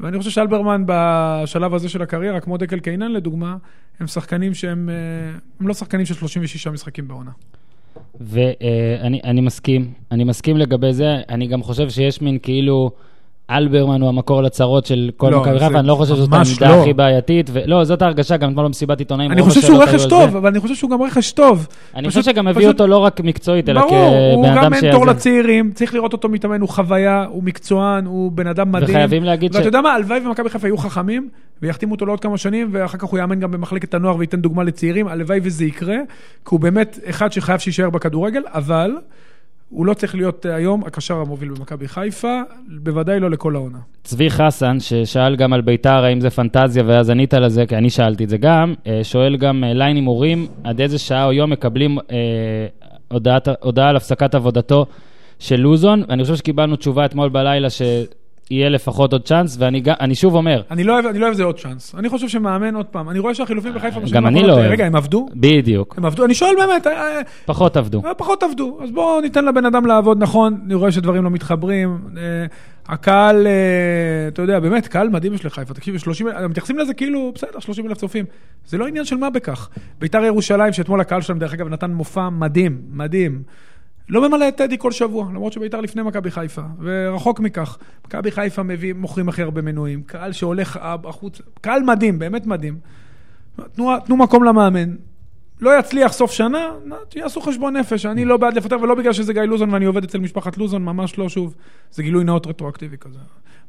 ואני חושב שאלברמן בשלב הזה של הקריירה, כמו דקל קיינן לדוגמה, הם שחקנים שהם, אה, הם לא שחקנים של 36 משחקים בעונה.
ואני אני מסכים, אני מסכים לגבי זה, אני גם חושב שיש מין כאילו... אלברמן הוא המקור לצרות של כל
לא,
מכבי
זה
חיפה, אני לא חושב שזאת
ממש
העמדה
לא.
הכי בעייתית. ו- לא, זאת ההרגשה, גם אתמול במסיבת עיתונאים.
אני
רוב
חושב שהוא
השאלות היו
רכש
על
טוב,
זה.
אבל אני חושב שהוא גם רכש טוב.
אני
פשוט-
חושב שגם הביאו
פשוט-
אותו לא רק מקצועית, אלא
ברור,
כבן
הוא גם
אדם
מנטור
שיעזור.
לצעירים, צריך לראות אותו מתאמן, הוא חוויה, הוא מקצוען, הוא בן אדם מדהים.
וחייבים להגיד ש-
ואתה יודע מה, הלוואי ומכבי חיפה יהיו חכמים, ויחתימו אותו לעוד כמה שנים, ואחר כך הוא יאמן גם במחלקת הנוער וייתן דוגמה לצעירים, הלוואי וזה יקרה, כי הוא באמת אחד שחייב שיישאר בכדורגל, אבל הוא לא צריך להיות אה, היום הקשר המוביל במכבי חיפה, בוודאי לא לכל העונה.
צבי חסן, ששאל גם על ביתר, האם זה פנטזיה, ואז ענית על זה, כי אני שאלתי את זה גם, אה, שואל גם אה, ליין הימורים, עד איזה שעה או יום מקבלים אה, הודעת, הודעה על הפסקת עבודתו של לוזון, ואני חושב שקיבלנו תשובה אתמול בלילה שיהיה לפחות עוד צ'אנס, ואני גם- אני שוב אומר,
אני לא אוהב אני לא אוהב זה עוד צ'אנס. אני חושב שמאמן עוד פעם, אני רואה שהחילופים בחיפה... בשנים
גם אני
האחרונות,
לא
אה,
אוהב.
רגע, הם עבדו?
בדיוק,
הם עבדו? אני שואל באמת, אה, אה,
פחות עבדו.
אה, פחות עבדו. אז בואו ניתן לבן אדם לעבוד נכון, אני רואה שדברים לא מתחברים. אה, הקהל, אה, אתה יודע, באמת, קהל מדהים יש לחיפה. תקשיב, 30, אלף- מתייחסים לזה כאילו, בסדר, 30 אלף צופים. זה לא עניין של מה בכך. ביתר ירושלים, שאתמול הקהל שלהם, דרך אגב, נתן מופע מדהים, מדהים. לא ממלא את טדי כל שבוע, למרות שביתר לפני מכבי חיפה, ורחוק מכך. מכבי חיפה מביא, מוכרים הכי הרבה מנויים, קהל שהולך אה, החוצה, קהל מדהים, באמת מדהים. תנו, תנו מקום למאמן. לא יצליח סוף שנה, יעשו חשבון נפש. אני לא בעד לפטר, ולא בגלל שזה גיא לוזון ואני עובד אצל משפחת לוזון, ממש לא, שוב, זה גילוי נאות רטרואקטיבי כזה.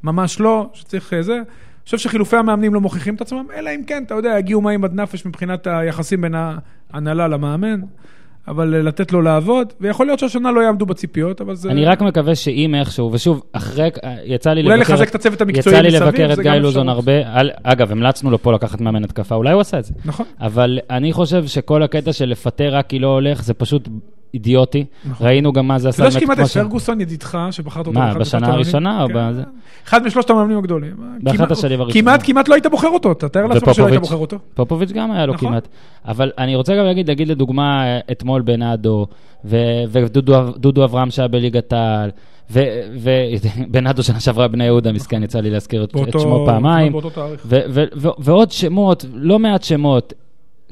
ממש לא, שצריך אה, זה. אני חושב שחילופי המאמנים לא מוכיחים את עצמם, אלא אם כן, אתה יודע, יגיעו מים עד נפש מבחינת היחסים בין ההנהלה למאמן. אבל אה, לתת לו לעבוד, ויכול להיות שהשנה לא יעמדו בציפיות, אבל זה...
אני רק מקווה שאם איכשהו, ושוב, אחרי, אה, יצא לי
אולי
לבקר-
לחזק את הצוות המקצועי
יצא לי
מסביב,
לבקר את
זה
גיא
גם
לוזון
אפשרות.
הרבה. על- אגב, המלצנו לו פה לקחת מאמן התקפה, אולי הוא עשה את זה.
נכון.
אבל אני חושב שכל הקטע של לפטר רק כי לא הולך, זה פשוט אידיוטי.
נכון.
ראינו גם מה זה
אתה
עשה.
יודע
באמת
שכמעט
כמו
את
ש-
פרגוסון ידידך, שבחרת אותו
מה,
באחד משלושת
בשנה
המאמנים?
הראשונה או
כן.
בזה?
אחד משלושת המאמנים הגדולים.
באחת
כמעט-
השנים הראשונות.
כמעט, כמעט לא היית בוחר אותו, תאר לעצמך שלא היית
ופופוביץ'.
בוחר אותו.
פופוביץ' גם היה לו
נכון.
כמעט. אבל אני רוצה גם להגיד, להגיד לדוגמה, אה, אתמול בנאדו, ו- ודודו דודו אברהם שהיה בליגת העל, *laughs* ובנאדו שנה שעברה בני יהודה, מסכן, יצא לי להזכיר את את
נכון. באותו- נכון,
שמו פעמיים.
באותו תאריך.
ו- ו- ו- ועוד שמות, לא מעט שמות.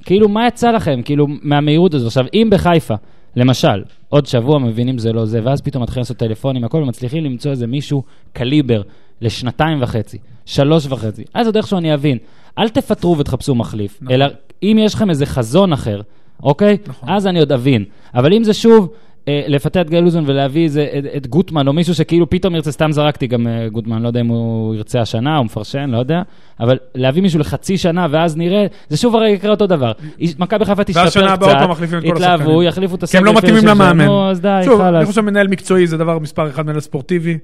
כאילו, מה יצא לכם, כאילו, מהמהירות הזו? עכשיו, אם בחיפה, למשל, עוד שבוע מבינים זה לא זה, ואז פתאום מתחילים לעשות טלפונים, הכל, ומצליחים למצוא איזה מישהו קליבר לשנתיים וחצי, שלוש וחצי, אז עוד איכשהו אני אבין. אל תפטרו ותחפשו מחליף,
נכון.
אלא אם יש לכם איזה חזון אחר, אוקיי?
נכון.
אז אני עוד אבין. אבל אם זה שוב... אה, לפטר את גיא לוזון ולהביא איזה, את, את גוטמן, או מישהו שכאילו פתאום ירצה, סתם זרקתי גם אה, גוטמן, לא יודע אם הוא ירצה השנה, הוא מפרשן, לא יודע, אבל להביא מישהו לחצי שנה ואז נראה, זה שוב הרי יקרה אותו דבר. איש- מכבי חיפה תשתפר קצת,
שנה הבאה עוד פעם מחליפים את כל
יתלהבו,
השחקנים.
יחליפו את
כי הם לא
הסגל
מתאימים
שיש להם,
למאמן.
נו, אז די,
שוב, אני
חלאס.
חושב שמנהל מקצועי זה דבר מספר אחד, מנהל ספורטיבי.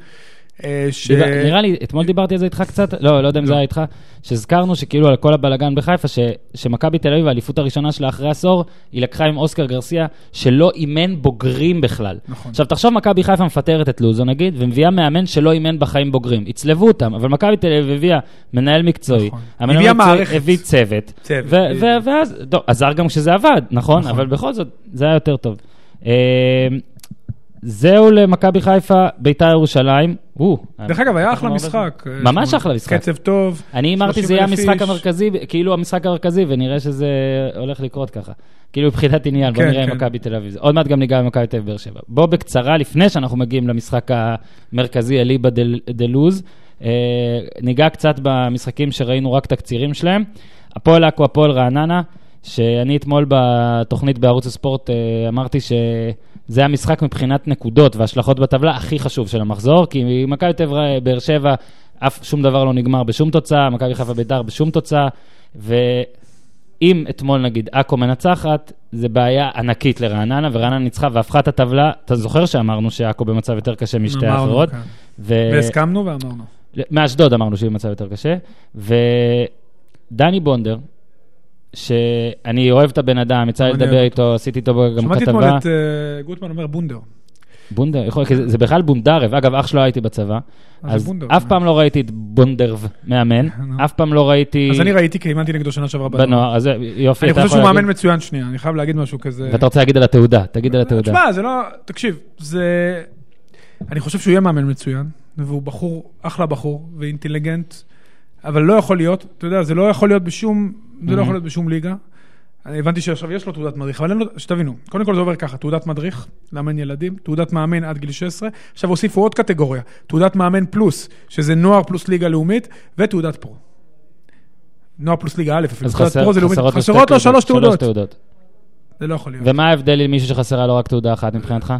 אה, ש-
דיבר- נראה לי, אתמול דיברתי על זה איתך קצת, לא, לא יודע אם זה היה איתך, שהזכרנו שכאילו על כל הבלגן בחיפה, ש- שמכבי תל אביב, האליפות הראשונה שלה אחרי עשור, היא לקחה עם אוסקר גרסיה, שלא אימן בוגרים בכלל.
נכון.
עכשיו, תחשוב, מכבי חיפה מפטרת את לוזון, נגיד, ומביאה מאמן שלא אימן בחיים בוגרים. יצלבו אותם, אבל מכבי תל אביב הביאה מנהל מקצועי.
נכון.
המנהל
הביאה
המקצועי
מערכת.
הביא צוות.
צוות.
ו- ו- ואז, טוב, עזר גם כשזה עבד, נכון?
נכון.
אבל בכל זאת, זה היה יותר טוב. אה, זהו למכבי חיפה, ביתר ירושלים. או,
דרך אגב, היה אחלה
אנחנו לא הרבה
משחק. אה,
ממש
שמונה.
אחלה משחק.
קצב טוב.
אני אמרתי
30,000
זה יהיה המשחק
איש.
המרכזי, כאילו המשחק המרכזי, ונראה שזה הולך לקרות ככה. כאילו מבחינת עניין, בוא
כן,
נראה
כן.
עם מכבי תל אביב. זה. עוד מעט גם ניגע במכבי תל אביב באר שבע. בוא בקצרה, לפני שאנחנו מגיעים למשחק המרכזי, אליבא דל- דלוז, אה, ניגע קצת במשחקים שראינו רק תקצירים שלהם. הפועל עכו, הפועל רעננה, שאני אתמול בתוכנית בערוץ הספורט אה, אמרתי ש... זה המשחק מבחינת נקודות והשלכות בטבלה הכי חשוב של המחזור, כי מכבי תל אביב, באר שבע, אף שום דבר לא נגמר בשום תוצאה, מכבי חיפה ביתר בשום תוצאה, ואם אתמול נגיד עכו מנצחת, זה בעיה ענקית לרעננה, ורעננה ניצחה והפכה את הטבלה, אתה זוכר שאמרנו שעכו במצב יותר קשה משתי
אמרנו,
האחרות?
כן.
ו-
והסכמנו ואמרנו.
מאשדוד אמרנו שהיא במצב יותר קשה, ודני בונדר, שאני אוהב את הבן אדם, יצא לי
מעניין.
לדבר איתו, עשיתי איתו גם כתבה.
שמעתי אתמול את אה, גוטמן אומר בונדר.
בונדר, יכול, כי זה, זה בכלל בונדרב, אגב, אח שלו הייתי בצבא,
אה, זה
אז
בונדר,
אף
אה.
פעם לא ראיתי את בונדרב מאמן,
נו.
אף פעם לא ראיתי
אז אני ראיתי, כי אימנתי נגדו שנה שעברה בנוער.
בנוער, אז זה- יופי,
אני
אתה
חושב
יכול
שהוא מאמן
להגיד,
מצוין שנייה, אני חייב להגיד משהו כזה.
ואתה רוצה להגיד על התעודה, תגיד על התעודה.
תשמע, זה לא... תקשיב, זה... אני חושב שהוא יהיה מאמן מצוין, והוא בחור, אחלה בחור, ואינטליגנט, אבל לא יכול להיות, אתה יודע, זה לא יכול להיות בשום...
Mm-hmm.
זה לא יכול להיות בשום ליגה. אני הבנתי שעכשיו יש לו תעודת מדריך, אבל אין לו, שתבינו, קודם כל זה עובר ככה, תעודת מדריך, לאמן ילדים, תעודת מאמן עד גיל 16, עכשיו הוסיפו עוד קטגוריה, תעודת מאמן פלוס, שזה נוער פלוס ליגה לאומית, ותעודת פרו. נוער פלוס ליגה א' אפילו,
אז
תעודת
חסר-
פרו זה לאומית,
חסרות שתי
חסרות לו שלוש תעודות,
תעודות.
זה לא יכול להיות.
ומה ההבדל עם מישהו שחסרה לו רק תעודה אחת מבחינתך?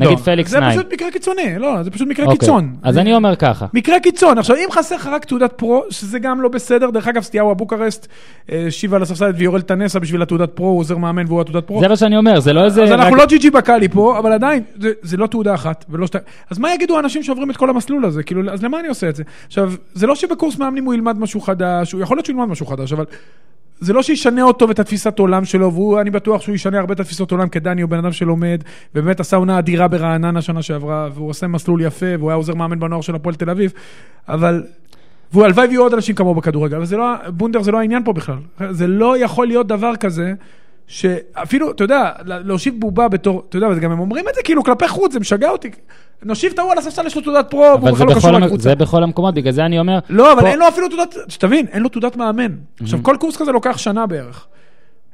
לא,
נגיד פליקס ניין.
זה פשוט מקרה קיצוני, לא, זה פשוט מקרה
אוקיי.
קיצון.
אז אני אומר ככה,
מקרה קיצון. עכשיו, אם חסר לך רק תעודת פרו, שזה גם לא בסדר, דרך אגב, סטיהו אבוקרסט אה, שיב על הספסל את ויורל טנסה בשביל התעודת פרו, הוא עוזר מאמן והוא התעודת פרו.
זה מה שאני אומר, זה לא איזה...
אז אנחנו
רק-
לא ג'י ג'י בקאלי פה, אבל עדיין, זה- זה לא תעודה אחת ולא שתיים. אז מה יגידו האנשים שעוברים את כל המסלול הזה? כאילו, אז למה אני עושה את זה? עכשיו, זה לא שבקורס מאמנים הוא ילמד משהו חדש, הוא יכול להיות שהוא ילמד משהו חדש, אבל זה לא שישנה אותו ואת התפיסת עולם שלו, והוא, אני בטוח שהוא ישנה הרבה את התפיסת עולם, כי דני הוא בן אדם שלומד, ובאמת עשה עונה אדירה ברעננה שנה שעברה, והוא עושה מסלול יפה, והוא היה עוזר מאמן בנוער של הפועל תל אביב, אבל... והוא הלוואי ויהיו עוד אנשים כמוהו בכדורגל, אבל זה לא, ה- בונדר זה לא העניין פה בכלל. זה לא יכול להיות דבר כזה, שאפילו, אתה יודע, לה- להושיב בובה בתור, אתה יודע, וזה גם הם אומרים את זה כאילו כלפי חוץ, זה משגע אותי. נושיב את ההוא על הספסל, יש לו תעודת פרו, והוא
אבל זה
בכלל לא קשור
בכל המ-
לקבוצה.
זה בכל המקומות, בגלל זה אני אומר,
לא, אבל
פה- Mm-hmm.
אין לו אפילו תעודת, שתבין, אין לו תעודת מאמן. עכשיו, כל קורס כזה לוקח שנה בערך.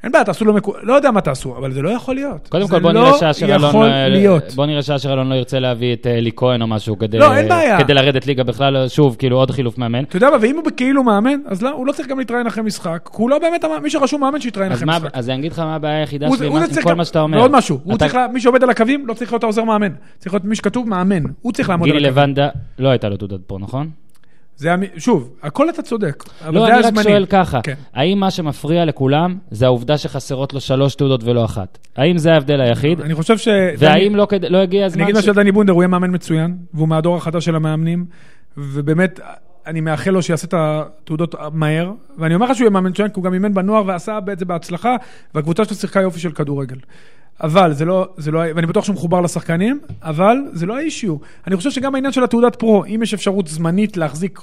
אין בעיה, תעשו לו מקו... לא יודע מה תעשו, אבל זה לא יכול להיות.
קודם
זה
כל בוא
לא
נראה שאשר אלון...
יכול
אה,
להיות.
בוא נראה שאשר אלון לא ירצה להביא את אה, אלי כהן או משהו כדי...
לא, אין בעיה.
כדי לרדת ליגה בכלל, שוב, כאילו עוד חילוף מאמן.
אתה יודע מה, ואם הוא כאילו מאמן, אז לא, הוא לא צריך גם להתראיין אחרי משחק. כי הוא לא באמת, המאמן- מי שרשום מאמן שיתראיין
אז
אחרי
מה,
משחק.
אז אני אגיד לך מה הבעיה היחידה
הוא-
שלי,
הוא
מה-
זה
עם
צריך
כל
גם-
מה שאתה אומר.
ועוד משהו, הוא
אתה-
צריך, לה- מי שעובד על הקווים, לא צריך להיות העוזר מאמן. צריך להיות מי שכתוב מאמן. הוא צריך לעמוד על
גילי
הקווים.
לבנדה, לא הייתה לו תעודת פרו, נכון?
זה המ... שוב, הכל אתה צודק. אבל
לא,
זה
אני רק
הזמנים.
שואל ככה,
כן.
האם מה שמפריע לכולם זה העובדה שחסרות לו שלוש תעודות ולא אחת? האם זה ההבדל היחיד?
אני חושב ש...
והאם לא כד- לא הגיע הזמן
אני אגיד משהו על דני בונדר, הוא יהיה מאמן מצוין, והוא מהדור החדש של המאמנים, ובאמת, אני מאחל לו שיעשה את התעודות מהר, ואני אומר לך שהוא יהיה מאמן מצוין, כי הוא גם אימן בנוער ועשה את זה בהצלחה, והקבוצה שלו שיחקה יופי של כדורגל. אבל זה לא, זה לא, ואני בטוח שהוא מחובר לשחקנים, אבל זה לא האישיו. אני חושב שגם העניין של התעודת פרו, אם יש אפשרות זמנית להחזיק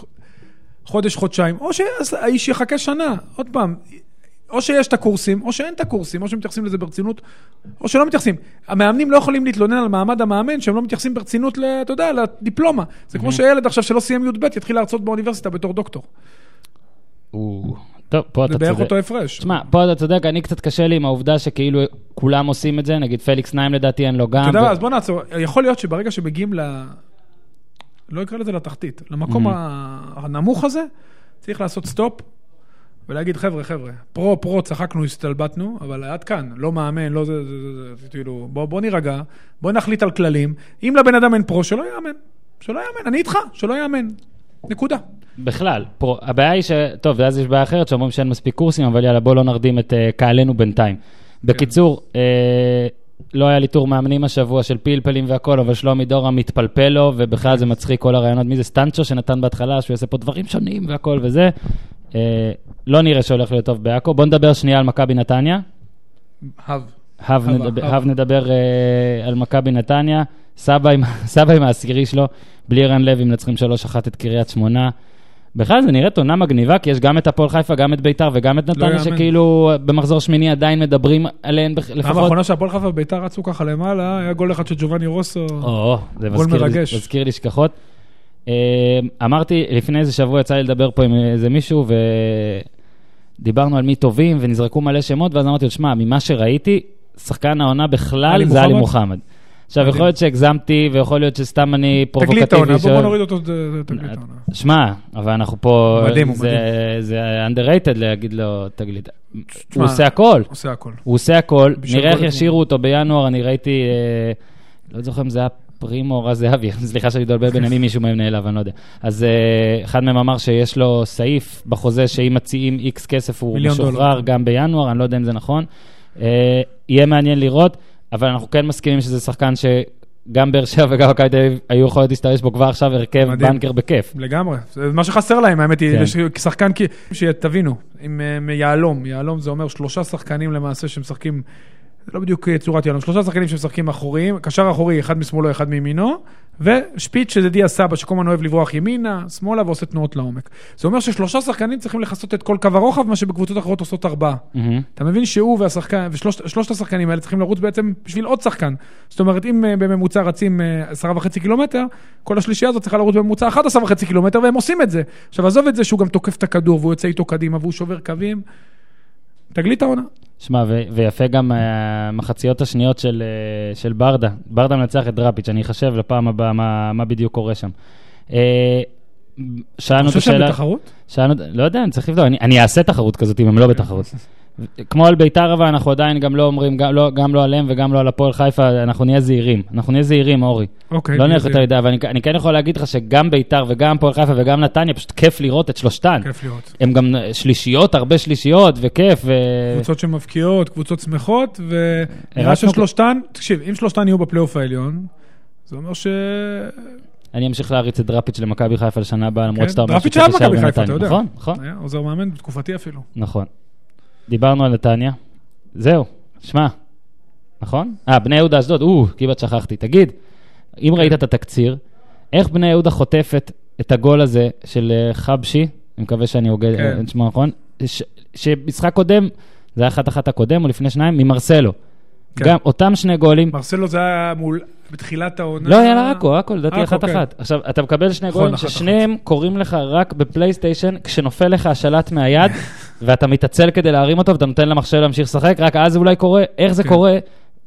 חודש, חודשיים, או שהאיש יחכה שנה, עוד פעם. או שיש את הקורסים, או שאין את הקורסים, או שמתייחסים לזה ברצינות, או שלא מתייחסים. המאמנים לא יכולים להתלונן על מעמד המאמן, שהם לא מתייחסים ברצינות, ל- אתה יודע, לדיפלומה. זה כמו שילד עכשיו שלא סיים י"ב יתחיל להרצות באוניברסיטה בתור דוקטור.
או, טוב, פה
זה
אתה
בערך
צודק.
אותו הפרש.
תשמע, פה אתה צודק, אני קצת קשה לי עם העובדה שכאילו כולם עושים את זה, נגיד פליקס נעים לדעתי אין לו גם.
אתה יודע
ו-
מה, אז בוא נעצור. יכול להיות שברגע שמגיעים ל... לא אקרא לזה לתחתית, למקום
Mhm.
ה- הנמוך הזה, צריך לעשות סטופ ולהגיד, חבר'ה, חבר'ה, פרו, פרו, צחקנו, הסתלבטנו, אבל עד כאן, לא מאמן, לא זה, זה, זה, זה, זה, כאילו, בוא, בוא נירגע, בוא נחליט על כללים. אם לבן אדם אין פרו, שלא יאמן. שלא יאמן, אני איתך, שלא יאמן. נקודה.
בכלל, פה, הבעיה היא ש... טוב, ואז יש בעיה אחרת שאומרים שאין מספיק קורסים, אבל יאללה, בוא לא נרדים את uh, קהלנו בינתיים. בקיצור, uh, לא היה לי טור מאמנים השבוע של פלפלים והכל, אבל שלומי דורה מתפלפל לו, ובכלל זה מצחיק כל הרעיונות. מי זה סטנצ'ו שנתן בהתחלה, שהוא יעשה פה דברים שונים והכל וזה. Uh, לא נראה שהולך להיות טוב בעכו. בוא נדבר שנייה על מכבי נתניה.
הב.
הב
הבה,
נדבר,
הבה.
הב נדבר אה, על מכבי נתניה, סבא עם, *laughs* סבא עם העשירי שלו, בלי ערן לוי מנצחים 3-1 את קריית שמונה. בכלל זה נראית עונה מגניבה, כי יש גם את הפועל חיפה, גם את ביתר וגם את נתניה,
יאמן.
שכאילו במחזור שמיני עדיין מדברים עליהן בכ-
פעם
לפחות.
האחרונה שהפועל חיפה וביתר רצו ככה למעלה, היה גול אחד של ג'ובאני רוסו.
או, זה
גול
מזכיר לי-
מרגש.
מזכיר לי שכחות. אה, אמרתי, לפני איזה שבוע יצא לי לדבר פה עם איזה מישהו, ודיברנו על מי טובים, ונזרקו מלא שמות, ואז אמרתי לו, שמע, ממה שראיתי, שחקן העונה בכלל
עלי
זה עלי
מוחמד?
מוחמד. עכשיו,
מדהים.
יכול להיות שהגזמתי, ויכול להיות שסתם אני פרובוקטיבי.
תגלית העונה, בוא- בוא
שאוהב-
נוריד אותו, אה, תגלית
אה,
העונה.
שמע, אבל אנחנו פה...
מדהים, הוא
זה- זה underrated להגיד לו, תגלית. הוא
תשמע,
עושה הכל.
עושה הכל.
הוא עושה הכל,
בשביל
נראה איך
כל
ישאירו אותו בינואר, אני ראיתי, אה, לא זוכר אם זה היה פרימו או רז זהבי, *laughs* סליחה שאני מתבלבל ביניהם, מישהו מהם נעלב, אני לא יודע. אז אה, אחד מהם אמר שיש לו סעיף בחוזה שאם מציעים איקס כסף הוא
מיליון
משוחרר
דולר.
גם בינואר, אני לא יודע אם זה נכון. אה, יהיה מעניין לראות, אבל אנחנו כן מסכימים שזה שחקן שגם באר שבע וגם מכבי תל אביב היו יכולות להשתמש בו כבר עכשיו הרכב
מדהים.
בנקר בכיף.
לגמרי, זה מה שחסר להם, האמת
כן.
היא, יש שחקן, כי- שתבינו, עם אה, מ- יהלום, יהלום זה אומר שלושה שחקנים למעשה שמשחקים, זה לא בדיוק אה, צורת יהלום, שלושה שחקנים שמשחקים אחוריים, קשר אחורי, אחד משמאלו, אחד מימינו, ושפיץ שזה דיה סבא, שכל הזמן אוהב לברוח ימינה, שמאלה ועושה תנועות לעומק. זה אומר ששלושה שחקנים צריכים לכסות את כל קו הרוחב, מה שבקבוצות אחרות עושות ארבעה.
מהמם.
אתה מבין שהוא והשחקן, ושלושת שלושת השחקנים האלה צריכים לרוץ בעצם בשביל עוד שחקן. זאת אומרת, אם אה, בממוצע רצים אה, עשרה וחצי קילומטר, כל השלישייה הזאת צריכה לרוץ בממוצע 11 וחצי קילומטר, והם עושים את זה. עכשיו, עזוב את זה שהוא גם תוקף את הכדור, והוא יוצא איתו קדימה, והוא שובר קווים. תגלית העונה.
שמע, ו- ויפה גם אה, המחציות השניות של, אה, של ברדה. ברדה מנצח את דראפיץ', אני אחשב לפעם הבאה מה, מה בדיוק קורה שם. אה,
אני
שאלנו את
חושב שהם
השאלה,
בתחרות?
שאלנו, לא יודע, אני צריך לבדוק, אני, אני אעשה תחרות כזאת אם הם לא בתחרות. כמו על ביתר אבל אנחנו עדיין גם לא אומרים, גם לא, גם לא עליהם וגם לא על הפועל חיפה, אנחנו נהיה זהירים. אנחנו נהיה זהירים, אורי.
אוקיי.
לא
אני
נלך
יודע.
יותר מדי, אבל אני, אני כן יכול להגיד לך שגם ביתר וגם הפועל חיפה וגם נתניה, פשוט כיף לראות את שלושתן.
כיף לראות.
הם גם אה, שלישיות, הרבה שלישיות, וכיף. ו...
קבוצות שמבקיעות, קבוצות שמחות, ונראה
הרצנו-
ששלושתן, תקשיב, אם שלושתן יהיו בפלייאוף העליון, זה אומר ש...
אני אמשיך להריץ את דראפיץ' למכבי חיפה לשנה הבאה, למרות
כן,
שאתה אומר
דראפיץ' היה
שתישאר
במכבי חיפה, אתה
בנתניה.
יודע.
נכון, נכון,
היה עוזר מאמן בתקופתי אפילו.
נכון. דיברנו על נתניה. זהו, שמע, נכון? אה, בני יהודה אשדוד, או, כמעט שכחתי. תגיד, אם ראית את התקציר, איך בני יהודה חוטפת את הגול הזה של אה, חבשי, אני מקווה שאני הוגה
כן.
אה, את שמו נכון, ש- שמשחק קודם, זה היה אחת-אחת הקודם או לפני שניים, ממרסלו.
כן.
גם אותם שני גולים,
מרסלו זה היה מול, בתחילת העונה.
לא, היה לה עכו, עכו, לדעתי
עכו, כן.
אחת-אחת. עכשיו, אתה מקבל שני
נכון,
גולים
אחת-אחת.
ששניהם קורים לך רק בפלייסטיישן, כשנופל לך השלט
*laughs*
מהיד, ואתה מתעצל כדי להרים אותו, ואתה נותן למחשב להמשיך לשחק, רק אז זה אולי קורה, איך זה
כן.
קורה,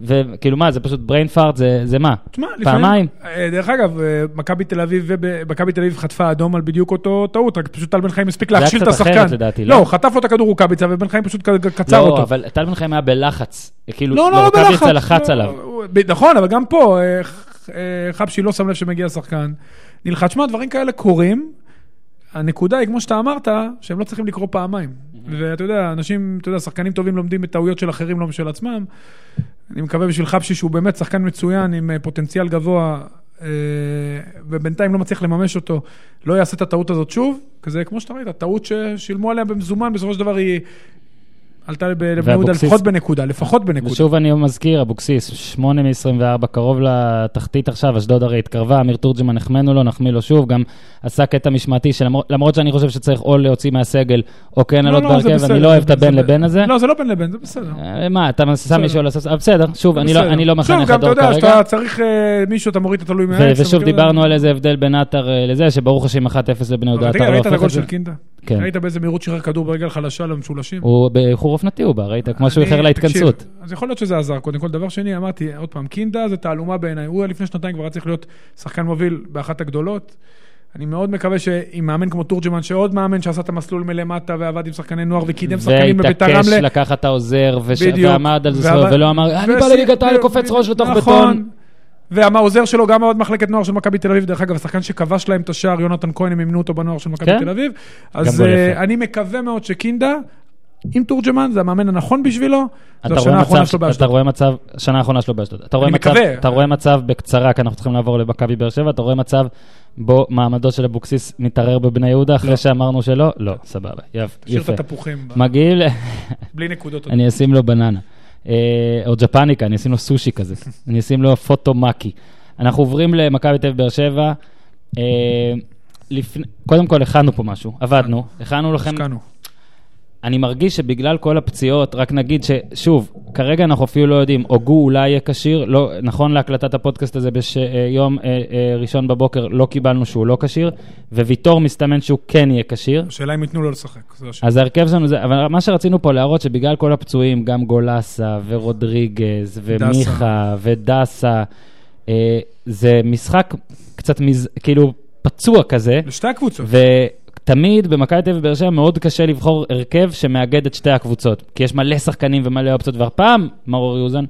וכאילו מה, זה פשוט brain fart, זה- זה מה?
תשמע, לפעמים...
פעמיים.
אה, דרך אגב, אה, מכבי תל אביב ומכבי תל אביב חטפה אדום על בדיוק אותו טעות, רק פשוט טל בן חיים הספיק
היה
להכשיל את
קצת
השחקן.
אחרת לדעתי, לא?
לא, הוא חטף לו את הכדור רוקאביצה, ובן חיים פשוט ק- קצר
לא,
אותו.
אבל טל בן חיים היה בלחץ. כאילו,
לא, לא, לא
לרוקאביצה
בלחץ.
לחץ
לא,
עליו.
הוא- ב- נכון, אבל גם פה, אה, ח- אה, חבשי לא שם לב שמגיע שחקן. נלחץ, שמע, דברים כאלה קורים. הנקודה היא, כמו שאתה אמרת, שהם לא צריכים לקרוא פעמיים. ואתה יודע, אנשים, אתה יודע, שחקנים טובים לומדים מטעויות של אחרים, לא משל עצמם. אני מקווה בשביל חבשי שהוא באמת שחקן מצוין, עם אה, פוטנציאל גבוה, אה, ובינתיים לא מצליח לממש אותו, לא יעשה את הטעות הזאת שוב, כזה, כמו שאתה ראית, טעות ששילמו עליה במזומן, בסופו של דבר היא עלתה לב- לבני יהודה
ואבוקסיס-
לפחות בנקודה, לפחות בנקודה. לא,
ושוב אני מזכיר, אבוקסיס, 8 מ-24, קרוב לתחתית עכשיו, אשדוד הרי התקרבה, אמיר תורג'מן החמאנו לו, נחמיא לו שוב, גם עשה קטע משמעתי, שלמרות למרות שאני חושב שצריך או להוציא מהסגל, או כן
לא,
לעלות
לא, זה
בהרכב,
בסדר,
אני לא אוהב את
זה
הבן
בסדר.
לבין הזה.
לא, זה לא בין לבין, זה בסדר.
אה, מה, אתה
בסדר.
שם מישהו על הספסל? בסדר, שוב, אני לא-
בסדר.
אני לא מחנך
שוב, גם אתה
הדור
יודע,
כרגע.
שאתה צריך אה, מישהו, אתה מוריד את התלוי
ו-
מהעץ.
ושוב
אבל-
דיברנו על איזה הבדל בין עטר אה, לזה, שברוך השם 1-0 לבני
אבל
יהודה,
תגיד,
עטר לא
ראית את
הופך
הגול
את זה.
של קינדה?
כן.
ראית באיזה מהירות שחרר כדור ברגל חלשה למשולשים?
הוא באיחור אופנתי הוא בא, ראית? כמו שהוא
אני-
איחר להתכנסות.
תקשיב, אז יכול להיות שזה עזר, קודם כל. דבר שני, אמרתי, עוד פעם, קינדה זה תעלומה בעיניי. הוא היה לפני שנתיים כבר היה צריך להיות שחקן מוביל באחת הגדולות. אני מאוד מקווה שעם מאמן כמו תורג'מן, שעוד מאמן שעשה את המסלול מלמטה ועבד עם שחקני נוער וקידם שחקנים בביתר
והתעקש
רמלה.
לקחת את העוזר, וש-
בדיוק.
ועמד על זה,
ועמד-
ולא אמר, אני בא
וש-
לליגת העל, קופץ ראש לתוך
נכון.
בטון.
והעוזר שלו גם מאוד מחלקת נוער של מכבי תל אביב, דרך אגב, השחקן שכבש להם את השער, יונתן כהן, הם אימנו אותו בנוער של מכבי
כן.
תל אביב. אז
גול
אה,
יפה.
אני מקווה מאוד שקינדה, עם תורג'מן, זה המאמן הנכון בשבילו,
אתה
זו
רואה
השנה האחרונה
מצב-
שלו
אתה
באשדוד.
רואה מצב, השנה האחרונה שלו באשדוד. אתה רואה
אני
מצב-
מקווה.
אתה רואה מצב בקצרה, כי אנחנו צריכים לעבור למכבי באר שבע, אתה רואה מצב בו מעמדו של אבוקסיס מתערער בבני יהודה, אחרי שאמרנו שלא? לא, סבבה, יפ-
תשאיר את
יפה.
התפוחים,
מגעיל,
בלי
*laughs*
נקודות.
אני אשים לו בננה. אה, או ג'פניקה, אני אשים לו סושי כזה. אני אשים לו פוטומאקי. אנחנו עוברים למכבי תל אביב באר שבע. אה, לפני- קודם כל, הכנו פה משהו, עבדנו, הכנו לכם
השקענו.
אני מרגיש שבגלל כל הפציעות, רק נגיד ששוב, כרגע אנחנו אפילו לא יודעים, הוגו אולי יהיה כשיר, לא, נכון להקלטת הפודקאסט הזה ביום אה, אה, ראשון בבוקר לא קיבלנו שהוא לא כשיר, וויטור מסתמן שהוא כן יהיה כשיר.
השאלה אם ייתנו לו לשחק, זו השאלה.
אז ההרכב שלנו זה, אבל מה שרצינו פה להראות שבגלל כל הפצועים, גם גולסה ורודריגז ומיכה ודסה, אה, זה משחק קצת מז... כאילו פצוע כזה.
לשתי הקבוצות.
ותמיד במכבי תל אביב ובאר שבע מאוד קשה לבחור הרכב שמאגד את שתי הקבוצות, כי יש מלא שחקנים ומלא אופציות, והפעם, מר אורי אוזן,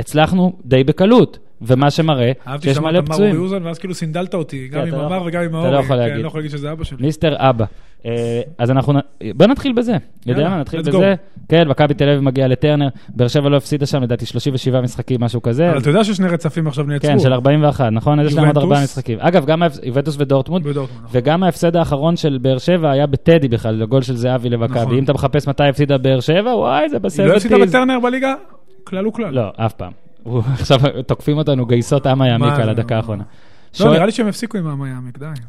הצלחנו די בקלות, ומה שמראה
אהבתי
שיש מלא
שאמרת
פצועים.
מאור יוזן, ואז כאילו סינדלת אותי, גם
כן,
עם
אתה לא
אמר
יכול-
וגם עם
אתה
האור.
לא יכול להגיד.
אני לא יכול להגיד שזה אבא שלי.
מיסטר אבא. אה, אז אנחנו, נ- בוא נתחיל בזה. יודע
יאללה,
מה, נתחיל
let's
בזה. כן, מכבי תל אביב מגיעה לטרנר, באר שבע לא הפסידה שם, לדעתי 37 משחקים, משהו כזה.
אבל אתה יודע ששני רצפים עכשיו נעצרו.
כן, של 41, נכון? אז יש להם עוד
יובנטוס.
ארבעה משחקים. אגב, גם ההפס- יובנטוס ודורטמונד,
בדורטמונד, נכון.
וגם ההפסד האחרון של באר שבע היה בטדי בכלל, לגול של זהבי
נכון.
למכבי. אם אתה מחפש מתי הפסידה באר שבע, וואי, זה
היא
בסבטיז.
לא הפסידה בטרנר בליגה? כלל הוא כלל.
לא, אף פעם. הוא- *laughs* עכשיו תוקפים אותנו גייסות עם
מה
היעמיק
זה,
על הדקה
מה?
האחרונה.
לא,
שוער-
נראה לי שהם הפסיקו עם המיאמי, די.
*laughs*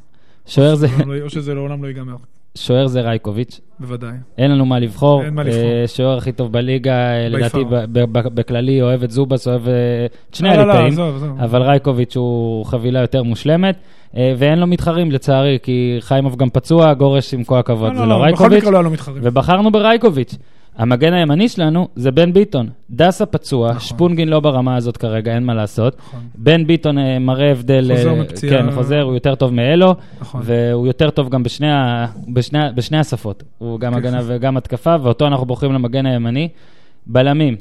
שוער זה-
לעולם לא- או שזה לעולם לא ייגמר,
שוער זה רייקוביץ',
בוודאי.
אין לנו מה לבחור.
אין מה לבחור.
אה, שוער הכי טוב בליגה, אה,
By
לדעתי
far.
ב- ב- ב- בכללי, אוהב את זובס, אוהב אה, את שני
לא, לא, לא,
הליטאים.
עזוב, עזוב.
אבל רייקוביץ' הוא חבילה יותר מושלמת, אה, ואין לו מתחרים לצערי, כי חיימוב גם פצוע, גורש עם כל הכבוד, זה לא
בכל
רייקוביץ',
מקרה לא היה לו מתחרים.
ובחרנו ברייקוביץ'. המגן הימני שלנו זה בן ביטון. דסה פצוע,
נכון.
שפונגין לא ברמה הזאת כרגע, אין מה לעשות.
נכון,
בן ביטון אה, מראה הבדל...
חוזר
אה,
מפציעה.
כן, חוזר, הוא יותר טוב מאלו,
נכון.
והוא יותר טוב גם בשני, ה- בשני, ה- בשני השפות. הוא גם
כן.
הגנה וגם התקפה, ואותו אנחנו בוחרים למגן הימני. בלמים.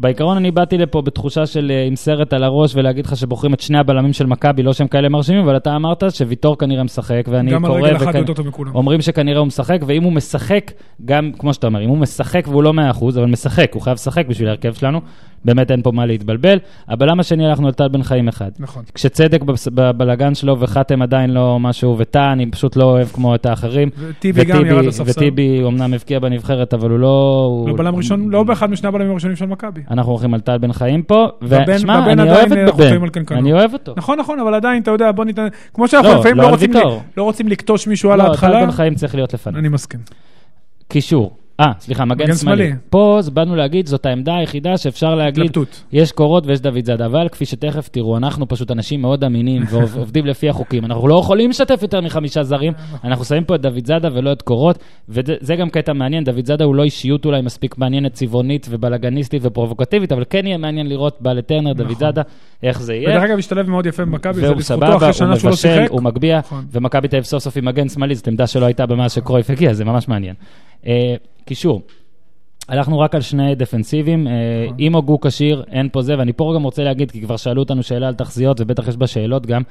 בעיקרון אני באתי לפה בתחושה של אה, עם סרט על הראש ולהגיד לך שבוחרים את שני הבלמים של מכבי, לא שהם כאלה מרשימים, אבל אתה אמרת שוויטור כנראה משחק, ואני
גם
קורא...
הרגל אחת
וכנ-
יותר טוב מכולם.
אומרים שכנראה הוא משחק, ואם הוא משחק, גם, כמו שאתה אומר, אם הוא משחק והוא לא 100%, אבל משחק, הוא חייב לשחק בשביל ההרכב שלנו, באמת אין פה מה להתבלבל. הבלם השני הלכנו על טל בן חיים אחד.
נכון.
כשצדק בבס- בבלגן שלו וחתם עדיין לא משהו, וטאה אני פשוט לא אוהב כמו את האחרים.
וטיבי גם ירד לספסל.
וטיבי אומנם הבקיע בנבחרת, אבל הוא לא... הוא- אה.
לא בלם ראשון, לא באחד משני הבלמים הראשונים של מכבי.
אנחנו הולכים על טל בן חיים פה,
בבן-
ושמע,
בבן
אני
עדיין
אוהב את
אנחנו חותמים על
בבן,
קנקנו.
אני אוהב אותו.
נכון, נכון, אבל עדיין, אתה יודע, בוא ניתן... כמו שאנחנו
לא,
לפעמים
לא
לא
על
רוצים
ויטור.
ל- לא רוצים לקטוש מישהו על
לא, טל
ההתחלה,
בן חיים צריך להיות לפניו.
אני מסכים.
קישור. אה, סליחה, מגן
מגן
שמאלי.
שמאלי.
פה זה באנו להגיד, זאת העמדה היחידה שאפשר להגיד,
התלבטות.
יש קורות ויש דוד זאדה, אבל כפי שתכף תראו, אנחנו פשוט אנשים מאוד אמינים ועובדים לפי החוקים. אנחנו לא יכולים לשתף יותר מחמישה זרים, אנחנו שמים פה את דוד זאדה ולא את קורות, וזה זה גם קטע מעניין, דוד זאדה הוא לא אישיות אולי מספיק מעניינת, צבעונית ובלאגניסטית ופרובוקטיבית, אבל כן יהיה מעניין לראות בה לטרנר, דוד זאדה, איך זה יהיה.
ודרך אגב, השתלב מאוד יפה במכבי, זה
והוא
לזכותו
סבבה,
אחרי
הוא
שנה שהוא לא
מבשל,
שיחק.
הוא מגביה,
נכון.
ומכבי תל אביב סוף סוף עם מגן שמאלי, זאת עמדה שלא הייתה במאז שקרויף הגיע, זה ממש מעניין. אה, קישור. הלכנו רק על שני דפנסיבים, אה,
נכון.
אם הוגו כשיר, אין פה זה, ואני פה גם רוצה להגיד, כי כבר שאלו אותנו שאלה על תחזיות, ובטח יש בה שאלות גם,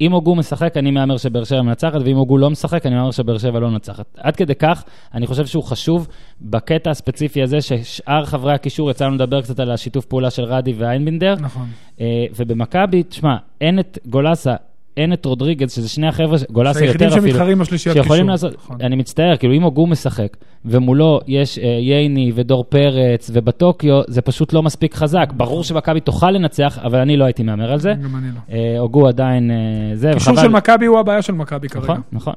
אם הוגו משחק, אני מהמר שבאר שבע מנצחת, ואם הוגו לא משחק, אני מהמר שבאר שבע לא מנצחת. עד כדי כך, אני חושב שהוא חשוב בקטע הספציפי הזה, ששאר חברי הקישור, יצא לנו לדבר קצת על השיתוף פעולה של רדי ואיינבינדר,
נכון.
אה, ובמכבי, תשמע, אין את גולסה, אין את רודריגז, שזה שני החבר'ה, ש- גולסה
היחידים
יותר אפילו,
שמתחרים בשלישיית קישור.
שיכולים לעשות,
נכון.
אני מצטער, כאילו אם הוגו משחק, ומולו יש אה, ייני ודור פרץ ובטוקיו, זה פשוט לא מספיק חזק.
נכון.
ברור שמכבי תוכל לנצח, אבל אני לא הייתי מהמר על זה.
גם אני לא.
אה, הוגו עדיין אה, זה,
קישור של מכבי הוא הבעיה של מכבי כרגע.
נכון, נכון.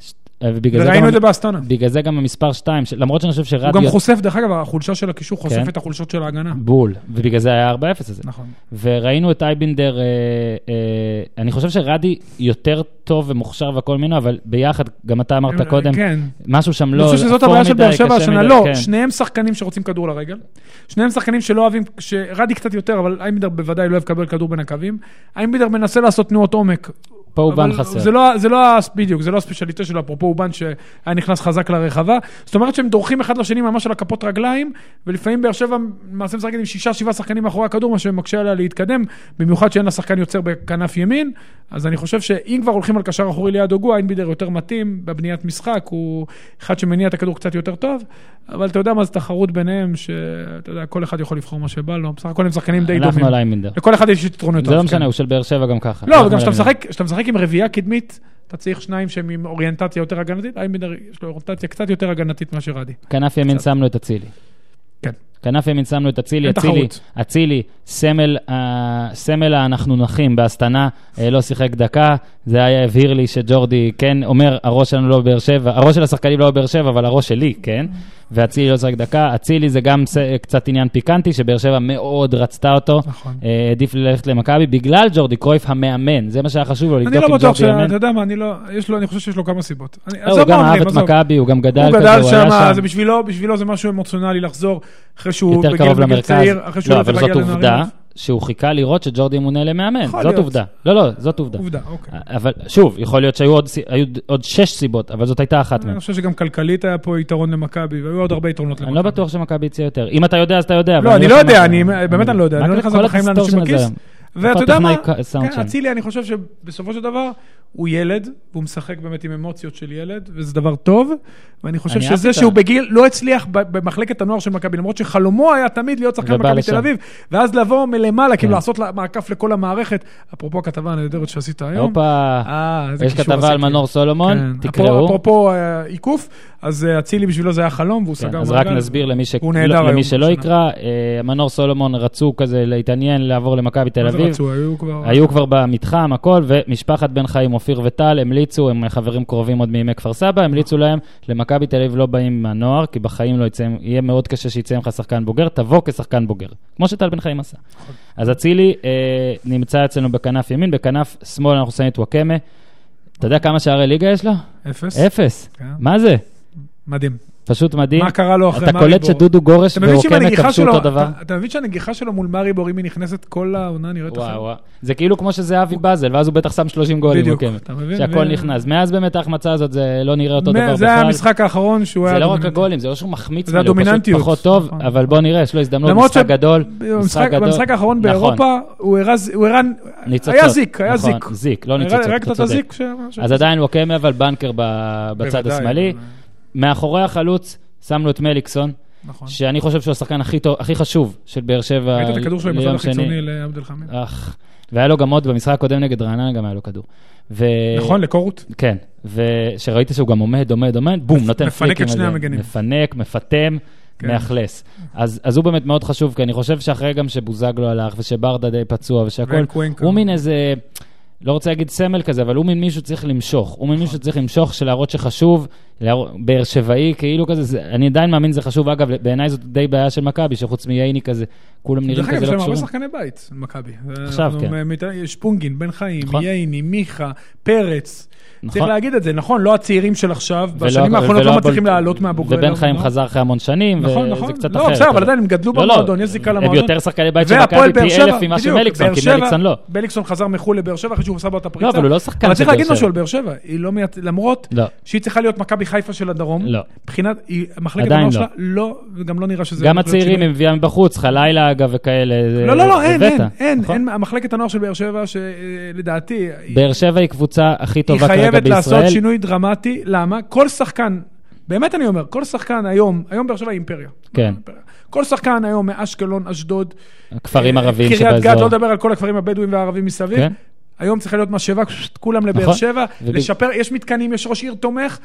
ש- אה, ובגלל זה
וראינו
גם-
את זה באסטנה.
בגלל זה גם המספר 2, למרות שאני חושב
הוא גם
שרדיו...
חושף, דרך אגב, החולשה של הקישור חושף
כן.
את החולשות של ההגנה.
בול, ובגלל זה היה 4-0 הזה.
נכון.
וראינו את אייבינדר, אה, אה, אני חושב שרדי יותר טוב ומוכשר והכל ממנו, אבל ביחד, גם אתה אמרת קודם,
כן.
משהו שם
אני
לא...
חושב שזאת
אפור
הבעיה של
מדי,
באר שבע
קשה
השנה.
מדי,
לא,
כן.
שניהם שחקנים שרוצים כדור לרגל. שניהם שחקנים שלא אוהבים, שרדי קצת יותר, אבל איימדר בוודאי לא אוהב לקבל כדור בין הקווים. איימדר מנסה לעשות תנועות עומק.
פה הוא בן
אבל
חסר.
זה לא, זה לא, ה- בדיוק, זה לא הספיישליטה שלו, אפרופו אובן שהיה נכנס חזק לרחבה. זאת אומרת שהם דורכים אחד לשני ממש על הכפות רגליים, ולפעמים באר שבע למעשה משחקת עם שישה, שבעה שחקנים מאחורי הכדור, מה שמקשה עליה להתקדם, במיוחד שאין לה שחקן יוצר בכנף ימין. אז אני חושב שאם כבר הולכים על קשר אחורי ליד הוגו, איינבידר יותר מתאים בבניית משחק, הוא אחד שמניע את הכדור קצת יותר טוב, אבל אתה יודע מה, זו תחרות ביניהם, שאתה יודע, כל אחד יכול לבחור מה שבא לו, בסך הכל הם שחקנים די
אנחנו
דומים.
על אייבינדר.
לכל אחד יש יתרונות.
זה לא
כן.
משנה, הוא של באר שבע גם ככה.
לא, אבל
אנחנו
גם כשאתה
על אייבינדר.
משחק, כשאתה משחק עם רביעייה קדמית, אתה צריך שניים שהם עם אוריינטציה יותר הגנתית, איימדר יש לו אוריינטציה קצת יותר הגנתית מאשר רדי.
כנף ימין
קצת.
שמנו את אצילי.
כן.
כנף ימין שמנו את אצילי,
אין
אצילי,
תחרות.
אצילי, סמל, ה- סמל ה"אנחנו נחים" בהסתנה, אה, לא שיחק דקה, זה היה הבהיר לי שג'ורדי כן אומר, הראש שלנו לא בבאר שבע, הראש של השחקנים לא בבאר שבע, אבל הראש שלי, כן? ואצילי לא שיחק דקה, אצילי זה גם ס- קצת עניין פיקנטי, שבאר שבע מאוד רצתה אותו,
נכון.
אה, העדיף ללכת למכבי, בגלל ג'ורדי קרויף המאמן, זה מה שהיה חשוב לו,
אני
לבדוק
לא
אם
בטוח
ג'ורדי יאמן.
שאתה יודע מה, אני לא, יש לו, אני חושב שיש לו כמה סיבות. אני-
לא,
עזוב
הוא גם
מה
אהב
אומרים,
את
עזוב.
מכבי, הוא גם גדל
הוא
כזה,
גדל
היה
שם, זה בשבילו, בשבילו זה משהו אמוציונלי לחזור, אחרי שהוא
יותר
בגיל
קרוב
בגיל
למרכז.
צעיר, אחרי שהוא
לא,
הולך
אבל
להגיע
זאת
לנערים.
עובדה שהוא חיכה לראות שג'ורדי מונה למאמן.
יכול
זאת
להיות.
עובדה. לא, לא, זאת עובדה.
עובדה, אוקיי.
אבל שוב, יכול להיות שהיו עוד, סי- היו עוד שש סיבות, אבל זאת הייתה אחת מהן.
אני חושב שגם כלכלית היה פה יתרון למכבי, והיו עוד הרבה יתרונות למכבי.
אה. אני לא בטוח שמכבי יצא יותר. אם אתה יודע, אז אתה יודע. אבל
לא, אני לא
לך
יודע,
מה-
אני באמת אני לא יודע,
מה
אני לא
כל-
נכנס
כל
בחיים
הטסטור
לאנשים
של
בכיס.
זה.
ואתה
איפה
יודע מה,
הטכנאי ק- סאונד
כן,
שם?
אצילי, אני חושב שבסופו של דבר, הוא ילד, והוא משחק באמת עם אמוציות של ילד, וזה דבר טוב, ואני חושב
אני אהבתי
שזה
את ה-
שהוא בגיל, לא הצליח ב- במחלקת הנוער של מכבי, למרות שחלומו היה תמיד להיות שחקן
ובא
מכבי
לשם.
תל אביב, ואז לבוא מלמעלה, כאילו
כן.
לעשות לה- מעקף לכל המערכת, אפרופו הכתבה הנהדרת שעשית היום.
הופה,
אה, איזה
יש
קישור
כתבה על
עשיתי.
מנור סולומון,
כן.
תקראו.
אפרופו אה, עיכוב, אז אה, אצילי בשבילו זה היה חלום, והוא
כן,
סגר
אז רק
מעגל.
נסביר למי, ש...
הוא נהדר
לא-
היום,
למי שלא
בשנה.
יקרא, אה, מנור סולומון רצו כזה להתעניין, לעבור למכבי תל
מה זה
אביב.
רצו? היו כבר...
היו כבר במתחם, הכל, ומשפחת בן חיים, אופיר וטל, המליצו, הם חברים קרובים עוד מימי כפר סבא, המליצו להם, למכבי תל אביב לא באים מהנוער, כי בחיים לא יצא, יהיה מאוד קשה שיצא ממך שחקן בוגר, תבוא כשחקן בוגר, כמו שטל בן חיים עשה.
נכון.
אז אצילי אה, נמצא אצלנו בכנף ימין, בכנף שמאל אנחנו שמים את וואקמה. אתה יודע כמה שערי ליגה יש לו?
אפס.
אפס.
כן.
מה זה?
מדהים.
פשוט מדהים.
מה קרה לו אחרי
אתה קולט
מאריבור?
שדודו גורש
אתה מבין שאם
ורוקמה
הנגיחה
כבשו
שלו,
אותו דבר?
אתה- אתה מבין שהנגיחה שלו מול מאריבור, אם היא נכנסת, כל העונה נראית
וואו,
אחרת?
וואו. זה כאילו כמו שזהבי באזל, ואז הוא בטח שם 30 גולים.
בדיוק,
בדיוק,
אתה מבין?
שהכל
כן, ו-
נכנס. מאז באמת ההחמצה הזאת, זה לא נראה אותו
מה-
דבר
זה היה
בכלל.
המשחק האחרון שהוא היה...
זה לא רק
דומיננטי.
הגולים, זה לא שהוא מחמיץ
זה
מלא, הוא פשוט
הדומיננטיות.
פחות טוב,
נכון.
אבל בוא נראה, יש לו הזדמנות,
למרות
משחק
ש-
גדול. משחק
במשחק-
גדול.
במשחק האחרון
נכון.
באירופה, הוא הראה... ז- הוא הראה...
ניצוצות.
היה זיק, היה
נכון,
זיק.
זיק, לא
הראה-
ניצוצות,
רק
אתה
את
צודק.
הזיק. ש- ש-
אז עדיין ווקמה, אבל בנקר ב- בצד
בוודאי,
השמאלי. מאחורי החלוץ, שמנו את מליקסון,
נכון.
שאני חושב שהוא השחקן הכי טוב- הכי חשוב של באר שבע
ראית את הכדור שלו עם הצד
ליום שני.
החיצוני לעבד אל חמיד?
אך, והיה לו גם עוד במשחק הקודם נגד רעננה, גם היה לו כדור. ו-
נכון, לקורות?
כן, ושראית שהוא גם עומד, עומד, עומד, בום, נותן
מפנק את
פליקים.
שני
על זה.
המגנים.
מפנק, מפטם,
כן.
מאכלס. אז אז הוא באמת מאוד חשוב, כי אני חושב שאחרי גם שבוזגלו הלך, ושברדה די פצוע, ושהכול,
ואין קוונקה.
הוא מין איזה, לא רוצה להגיד סמל כזה, אבל הוא מין מישהו צריך למשוך.
נכון.
הוא מין מישהו שצריך למשוך, של להראות שחשוב, להראות- באר שבעי, כאילו כזה, זה- אני עדיין מאמין שזה חשוב. אגב, בעיניי זאת די בעיה של מכבי, שחוץ מייני כזה, כולם נראים
דרך אגב,
כזה
יש
לא
להם הרבה
קשורים.
שחקני בית, מכבי.
עכשיו,
אנחנו,
כן.
אה, מת- שפונגין, בן חיים,
נכון.
ייני, מיכה, פרץ. צריך
נכון.
להגיד את זה, נכון, לא הצעירים של עכשיו,
ולא-
בשנים האחרונות
ולא
לא
הבולט-
מצליחים לעלות מהבוגרי.
ובן
לא-
חיים
לא.
חזר אחרי המון שנים,
נכון, נכון.
וזה קצת אחרת.
לא, בסדר, אבל
אבל-
עדיין הם גדלו
לא, לא,
במועדון, יש זיקה
הם
למועדון.
יותר שחקני בית של
והפועל
מכבי
באר
פי
שבע,
אלף ממה של
בדיוק,
מליקסון,
באר
כי
שבע-
מליקסון לא.
מליקסון חזר מחו"ל לבאר שבע אחרי שהוא עשה בה את הפריצה.
לא, אבל הוא לא שחקן
אבל
של
צריך
באר
להגיד משהו
שבע.
על באר שבע, היא לא מייצ... למרות
לא.
שהיא צריכה להיות מכבי מכבי חיפה של הדרום.
לא.
מבחינת, היא- מחלקת
עדיין
הנוער
לא.
שלה, לא, וגם לא נראה שזה...
גם
הולך להיות
הצעירים
שינוי.
היא מביאה מבחוץ, חלילה אגב וכאלה. זה-
לא, לא, לא,
זה
אין, אין,
בטא,
אין,
נכון?
אין, מחלקת הנוער של באר שבע, אה, שלדעתי,
באר שבע היא קבוצה הכי
היא
טובה כרגע
חייבת לעשות
בישראל.
שינוי דרמטי, למה? כל שחקן, באמת אני אומר, כל שחקן היום, היום באר שבע היא אימפריה.
כן.
כל שחקן היום מאשקלון, אשדוד,
כפרים ערביים
קריית גת, לא
שבאזור.
לדבר על כל הכפרים הבדואים והערבים מסביב.
כן.
היום צריכה להיות משאבה, פשוט כולם לבאר
נכון.
שבע,
ובד-
לשפר, יש מתקנים, יש ראש עיר תומך,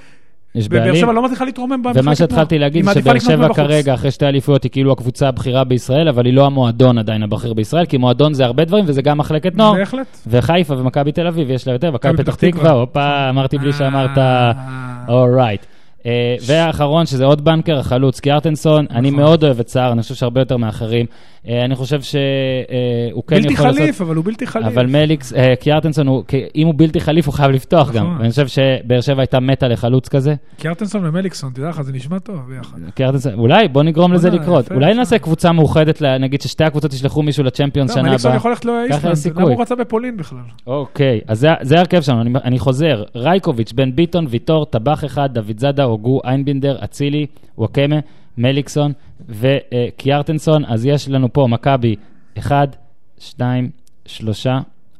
יש
ובאר
בעלים.
שבע לא מצליחה להתרומם במחלקת
ומה שהתחלתי
נוער.
להגיד,
היא מעדיפה
שבאר
לקנות
שבע
מבחוץ.
כרגע, אחרי שתי אליפויות, היא כאילו הקבוצה הבכירה בישראל, אבל היא לא המועדון עדיין הבכיר בישראל, כי מועדון זה הרבה דברים, וזה גם מחלקת נוער.
בהחלט.
וחיפה ומכבי תל אביב, יש לה יותר, מכבי
מכבי
פתח
פתח תקווה.
תקווה, הופה, אמרתי בלי שאמרת, אוקיי,
אה.
אורייט. והאחרון, שזה עוד בנקר, החלוץ קיארטנסון, אני
נכון.
מאוד אוהב את סער, אני חושב שהרבה יותר מאחרים. אה, אני חושב שהוא כן
בלתי
יכול לעשות...
חליף, אבל הוא בלתי חליף.
אבל מליקס, אה, קיארטנסון, הוא- כי אם הוא בלתי חליף, הוא חייב לפתוח גם.
נכון.
ואני חושב שבאר שבע הייתה מתה לחלוץ כזה.
קיארטנסון ומליקסון, תדע לך, זה נשמע טוב ביחד.
נכון, קיארטנסון, אולי, בוא נגרום לזה
בוא'נה,
לקרות.
נכון. אה, יפה,
אולי
יפה.
נעשה קבוצה מאוחדת, ל- נגיד ששתי הקבוצות ישלחו מישהו לצ'מפיונס
לא,
שנה
מליקסון
הבאה.
יכול ללכת
ככה אין
לאיסלנד,
סיכוי.
למה הוא רצה בפולין בכלל?
אוקיי, אז זה- זה ההרכב שלנו, אני- אני חוזר. רייקוביץ', בן ביטון, ויטור, טבח אחד, דוד זאדה, הוגו, איינבינדר, אצילי, וואקמה, מליקסון וקיארטנסון. אז יש לנו פה מכבי 1, 2, 3,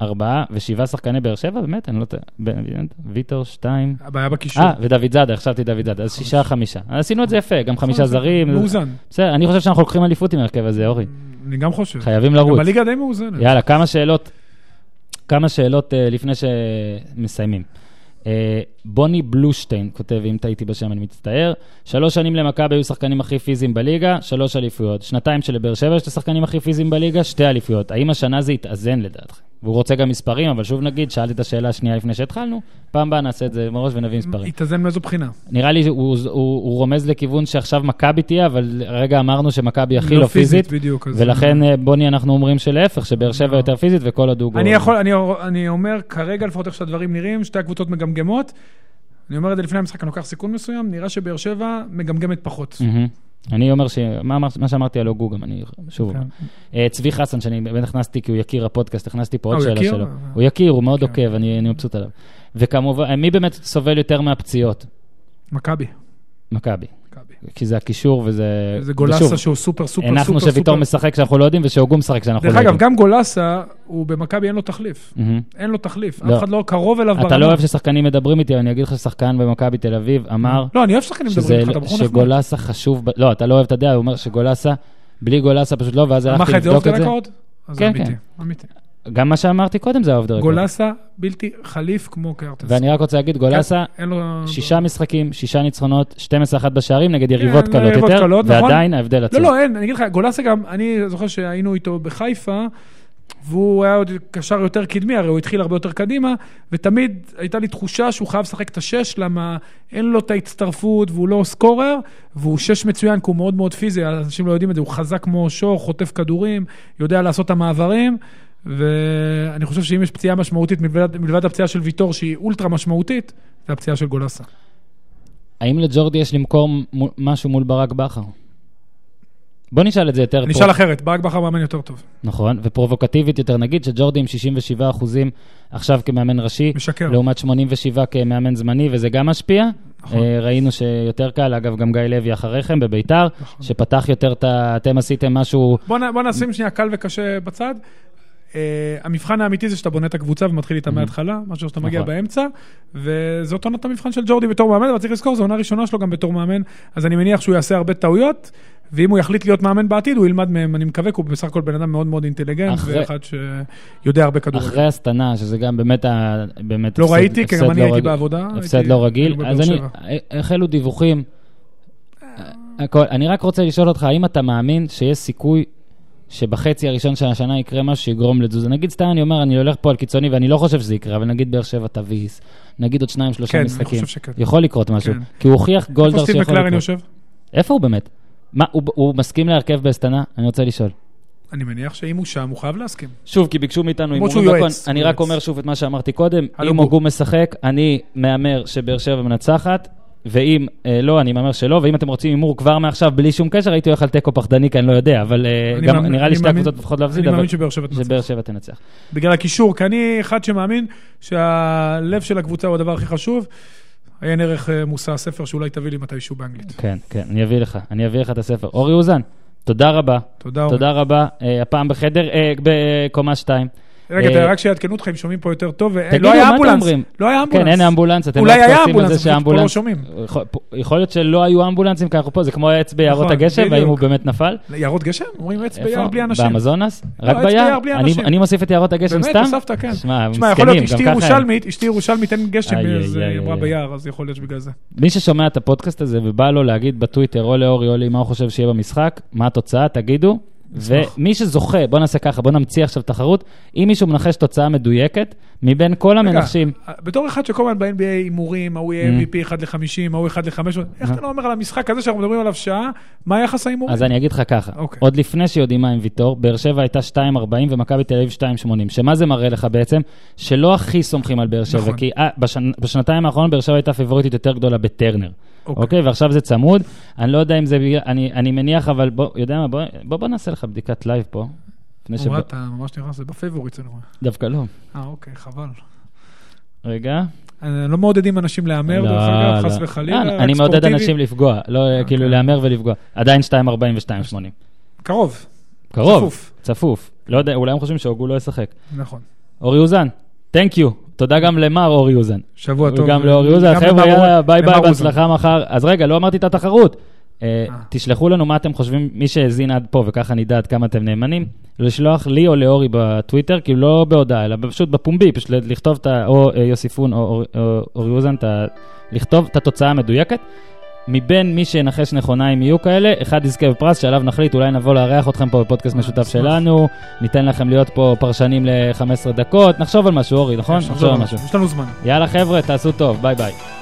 4 ושבעה שחקני באר שבע, באמת? אני לא יודע. בן ביטון, ויטור, 2.
הבעיה בקישור.
אה, ודוד זאדה, חשבתי דוד זאדה, אז שישה, חמישה. אז עשינו את זה כן. יפה, גם חמישה זרים.
נכון, מאוזן.
בסדר, אני חושב שאנחנו לוקחים אליפות עם ההרכב הזה, אורי.
אני גם חושב.
חייבים לרוץ.
בליגה די מאוזנת.
יאללה, כמה שאלות, כמה שאלות אה, לפני שמסיימים. אה, בוני בלושטיין כותב, אם טעיתי בשם אני מצטער, שלוש שנים למכבי היו שחקנים הכי פיזיים בליגה, שלוש אליפויות. שנתיים שלבאר שבע יש את השחקנים הכי פיזיים בליגה, שתי אליפויות. האם השנה זה יתאזן לדעתכם? והוא רוצה גם מספרים, אבל שוב נגיד, שאלתי את השאלה השנייה לפני שהתחלנו, פעם הבאה נעשה את זה מראש ונביא מספרים.
התאזן מאיזו בחינה?
נראה לי שהוא הוא- הוא רומז לכיוון שעכשיו מכבי תהיה, אבל רגע אמרנו שמכבי הכי לא פיזית,
בדיוק. אז-
ולכן, אה, בוני, אנחנו אומרים שלהפך, שבאר שבע
לא.
יותר פיזית וכל הדוגו.
אני יכול, אני, אני אומר כרגע, לפחות איך שהדברים נראים, שתי הקבוצות מגמגמות. אני אומר את זה לפני המשחק, אני לוקח סיכון מסוים, נראה שבאר שבע מגמגמת פחות.
מהמם. אני אומר ש... מה אמר- מה שאמרתי על הוגו גם, אני שוב... אומר.
כן.
אה, צבי חסן, שאני באמת הכנסתי, כי הוא יקיר הפודקאסט, הכנסתי פה
אה,
עוד
הוא
שאלה
יקיר?
שלו.
אה.
הוא יקיר, הוא מאוד
כן.
עוקב, אני אני מבסוט עליו. וכמובן, אה, מי באמת סובל יותר מהפציעות?
מכבי.
מכבי.
מכבי.
כי זה הקישור וזה...
זה
אה, ושוב,
גולסה שהוא סופר סופר סופר
הנחנו שוויתור
סופר.
משחק שאנחנו לא יודעים ושהוגו משחק שאנחנו לא
דרך
יודעים.
אגב, גם גולסה, הוא במכבי אין לו תחליף.
מהמם.
אין לו תחליף.
לא.
אף אחד לא קרוב אליו
אתה לא אוהב ששחקנים מדברים איתי, אבל אני אגיד לך ששחקן במכבי תל אביב אמר
לא, אני אוהב שחקנים
שזה-
מדברים איתך, אתה בחור נחמד.
שגולסה חשוב, ב- לא, אתה לא אוהב את הדעה, הוא אומר שגולסה, בלי גולסה פשוט לא, ואז
אמר
הלכתי
לך את זה אוף
לבדוק את זה.
דלקה עוד? אז
כן,
אמיתי,
כן.
אמיתי.
גם מה שאמרתי קודם זה העובדה.
גולסה בלתי חליף כמו קרטס. כן,
ואני רק רוצה להגיד, גולסה,
אין לו...
שישה משחקים, שישה ניצחונות, 12-1 בשערים נגד יריבות
כן,
קלות
יריבות
יותר,
קלות, נכון.
ועדיין ההבדל עצום.
לא, לא, אין, אני אגיד לך, גולסה גם, אני זוכר שהיינו איתו בחיפה, והוא היה עוד קשר יותר קדמי, הרי הוא התחיל הרבה יותר קדימה, ותמיד הייתה לי תחושה שהוא חייב לשחק את השש, למה אין לו את ההצטרפות והוא לא סקורר, והוא שש מצוין, כי הוא מאוד מאוד פיזי, אנשים לא יודעים את זה, הוא חזק כמו שור, חוטף כדורים, יודע לעשות את המעברים. ואני חושב שאם יש פציעה משמעותית, מלבד, מלבד הפציעה של ויטור, שהיא אולטרה משמעותית, זה הפציעה של גולסה.
האם לג'ורדי יש למכור מול- משהו מול ברק בכר? בוא נשאל את זה יותר
אני
פה.
אשאל אחרת, ברק בכר מאמן יותר טוב,
נכון, ופרובוקטיבית יותר, נגיד שג'ורדי עם 67 אחוזים עכשיו כמאמן ראשי,
משקר.
לעומת 87 כמאמן זמני, וזה גם משפיע.
נכון.
אה, ראינו שיותר קל, אגב, גם גיא לוי אחריכם בביתר,
נכון.
שפתח יותר את ה... אתם עשיתם משהו...
בוא, נ, בוא נשים שנייה קל וקשה בצד. Uh, המבחן האמיתי זה שאתה בונה את הקבוצה ומתחיל איתה מההתחלה, משהו שאתה מגיע
נכון.
באמצע, וזאת עונת המבחן של ג'ורדי בתור מאמן, אבל צריך לזכור, זו עונה ראשונה שלו גם בתור מאמן, אז אני מניח שהוא יעשה הרבה טעויות, ואם הוא יחליט להיות מאמן בעתיד, הוא ילמד מהם, אני מקווה, כי הוא בסך הכל בן אדם מאוד מאוד אינטליגנט,
אחרי-
ואחד שיודע הרבה כדורגל.
אחרי הסטנה, שזה גם באמת, ה- באמת
לא
הפסד-
ראיתי, כי
הפסד
גם אני
לא
הייתי
רגיל-
בעבודה.
הפסד
אה, הייתי-
לא רגיל.
היינו
אז
בבאר
אני,
שבע. אה.
החלו דיווחים. הכל. אני רק רוצה לשאול אותך, האם אתה מאמין שיש סיכוי שבחצי הראשון של השנה יקרה משהו שיגרום לתזוזה? נגיד, סתם אני אומר, אני הולך פה על קיצוני ואני לא חושב שזה יקרה, אבל נגיד באר שבע תביס, נגיד עוד שניים, שלושה
כן, אני
משחקים.
חושב שכן.
יכול לקרות משהו,
כן.
כי הוא הוכיח
איפה
גולדהר
סטיב
שיכול
מקלרן
לקרות.
יושב?
איפה הוא באמת? מה, הוא- הוא מסכים להרכב בהסטנה? אני רוצה לשאול.
אני מניח שאם הוא שם, הוא חייב להסכים.
שוב, כי ביקשו מאיתנו
למרות
הימורים
שהוא
והכל.
יועץ,
אני
הוא
רק
יועץ.
אומר שוב את מה שאמרתי קודם,
הלו,
אם
גור.
הוגו משחק, אני מהמר שבאר שבע מנצחת, ואם אה, לא, אני מהמר שלא, ואם אתם רוצים הימור כבר מעכשיו, בלי שום קשר, הייתי הולך על תיקו פחדני, כי אני לא יודע, אבל אה,
אני
גם
מאמין-
נראה לי
אני
שתי
מאמין-
הקבוצות לפחות להפסיד,
אני
אבל
מאמין שבאר שבע תנצח.
שבאר שבע תנצח.
בגלל הקישור, כי אני אחד שמאמין שהלב של הקבוצה הוא הדבר הכי חשוב, עיין ערך אה, מושא הספר, שאולי תביא לי מתישהו באנגלית.
כן, כן, אני אביא לך, אני אביא לך את הספר. אורי אוזן, תודה רבה.
תודה, אורן.
תודה רבה. אה, הפעם בחדר, אה, בקומה 2.
רגע,
אה,
רק שיעדכנו אותך אם שומעים פה יותר טוב, אה,
תגידו,
לא היה
מה אתם
אמבולנס.
אומרים?
לא היה
כן,
אמבולנס.
אין אמבולנס, אתם
אולי
לא
היה
כועסים על
אמבולנס,
זה
אנחנו כבר לא
שהאמבולנס...
שומעים.
יכול- יכול להיות שלא היו אמבולנסים, כי אנחנו פה, זה כמו העץ ביערות
נכון,
הגשם, והאם הוא
בדיוק.
באמת נפל.
יערות גשם? אומרים עץ ביער
איפה?
בלי אנשים.
באמזונס? רק
עץ
ביער?
ביער בלי
אני-
אנשים.
אני מוסיף את יערות הגשם סתם?
באמת, הוספת, כן.
שמע,
תשמע, יכול להיות,
מסכנים,
אשתי
גם ככה הם.
ירושלמית, אשתי ירושלמית, אין גשם,
איי,
אז אה,
איי,
היא
איי,
אמרה
איי.
ביער, אז יכול להיות שבגלל זה.
מי ששומע את הפודקאסט הזה ובא לו להגיד בטוויטר או לאורי או לי מה הוא חושב שיהיה במשחק, מה התוצאה, תגידו.
נשמח.
ומי שזוכה, בוא נעשה ככה, בוא נמציא עכשיו תחרות. אם מישהו מנחש תוצאה מדויקת, מבין כל המנחשים,
רגע, אה, בתור אחד שכל הזמן ב-NBA הימורים, ההוא יהיה
Mm.
MVP 1 ל-50, ההוא 1 ל-500, איך אתה לא אומר על המשחק הזה שאנחנו מדברים עליו שעה, מה יחס ההימורים?
אה. אז אני אגיד לך ככה,
אוקיי.
עוד לפני שיודעים מה עם ויטור, באר שבע הייתה 2.40 ומכבי תל אביב 2.80, שמה זה מראה לך בעצם? שלא הכי סומכים על באר שבע,
נכון.
כי אה, בשנ... בשנתיים האחרונות באר שבע הייתה פיבוריטית יותר גדולה בטרנר,
אוקיי.
אוקיי? ועכשיו זה צמוד, אני לא יודע אם זה בגלל, אני, אני מניח, אבל בוא, יודע מה, בוא, בוא, בוא נעשה לך בדיקת לייב פה. לפני
נו, מה, אתה ממש נכנס, זה בפייבוריט, אני רואה.
דווקא לא.
אה, אוקיי, חבל.
רגע.
אה, לא מעודדים אנשים להמר, דרך אגב, חס וחלילה,
לא, אה,
רק
אני מעודד
ספורטיבית.
אנשים לפגוע, לא אה, כאילו
אוקיי.
להמר ולפגוע. עדיין 2.40 ו-2.80.
קרוב,
קרוב,
צפוף.
צפוף. לא יודע, אולי הם חושבים שהוגו לא ישחק.
נכון.
אורי אוזן, תhank you. תודה גם למר אורי אוזן.
שבוע טוב. אה,
גם לאורי אוזן.
גם
חבר'ה,
למר-
יאללה, ביי
למר
ביי,
אוזן.
בהצלחה מחר. אז רגע, לא אמרתי את התחרות. אה,
אה.
תשלחו לנו מה אתם חושבים, מי שהאזין עד פה, וככה נדע עד כמה אתם נאמנים, לשלוח לי או לאורי בטוויטר, כאילו לא בהודעה, אלא פשוט בפומבי, פשוט לכתוב את ה... או אה, יוסיפון או אור- או אורי אוזן, את ה- לכתוב את התוצאה המדויקת. מבין מי שינחש נכונה, אם יהיו כאלה, אחד יזכה בפרס שעליו נחליט, אולי נבוא לארח אתכם פה בפודקאסט
אה,
משותף
נשמח.
שלנו, ניתן לכם להיות פה פרשנים ל-15 דקות, נחשוב על משהו, אורי, נכון?
יש לנו
נחשוב על
זמן,
משהו.
יש לנו זמן.
יאללה חבר'ה, תעשו טוב, ביי ביי.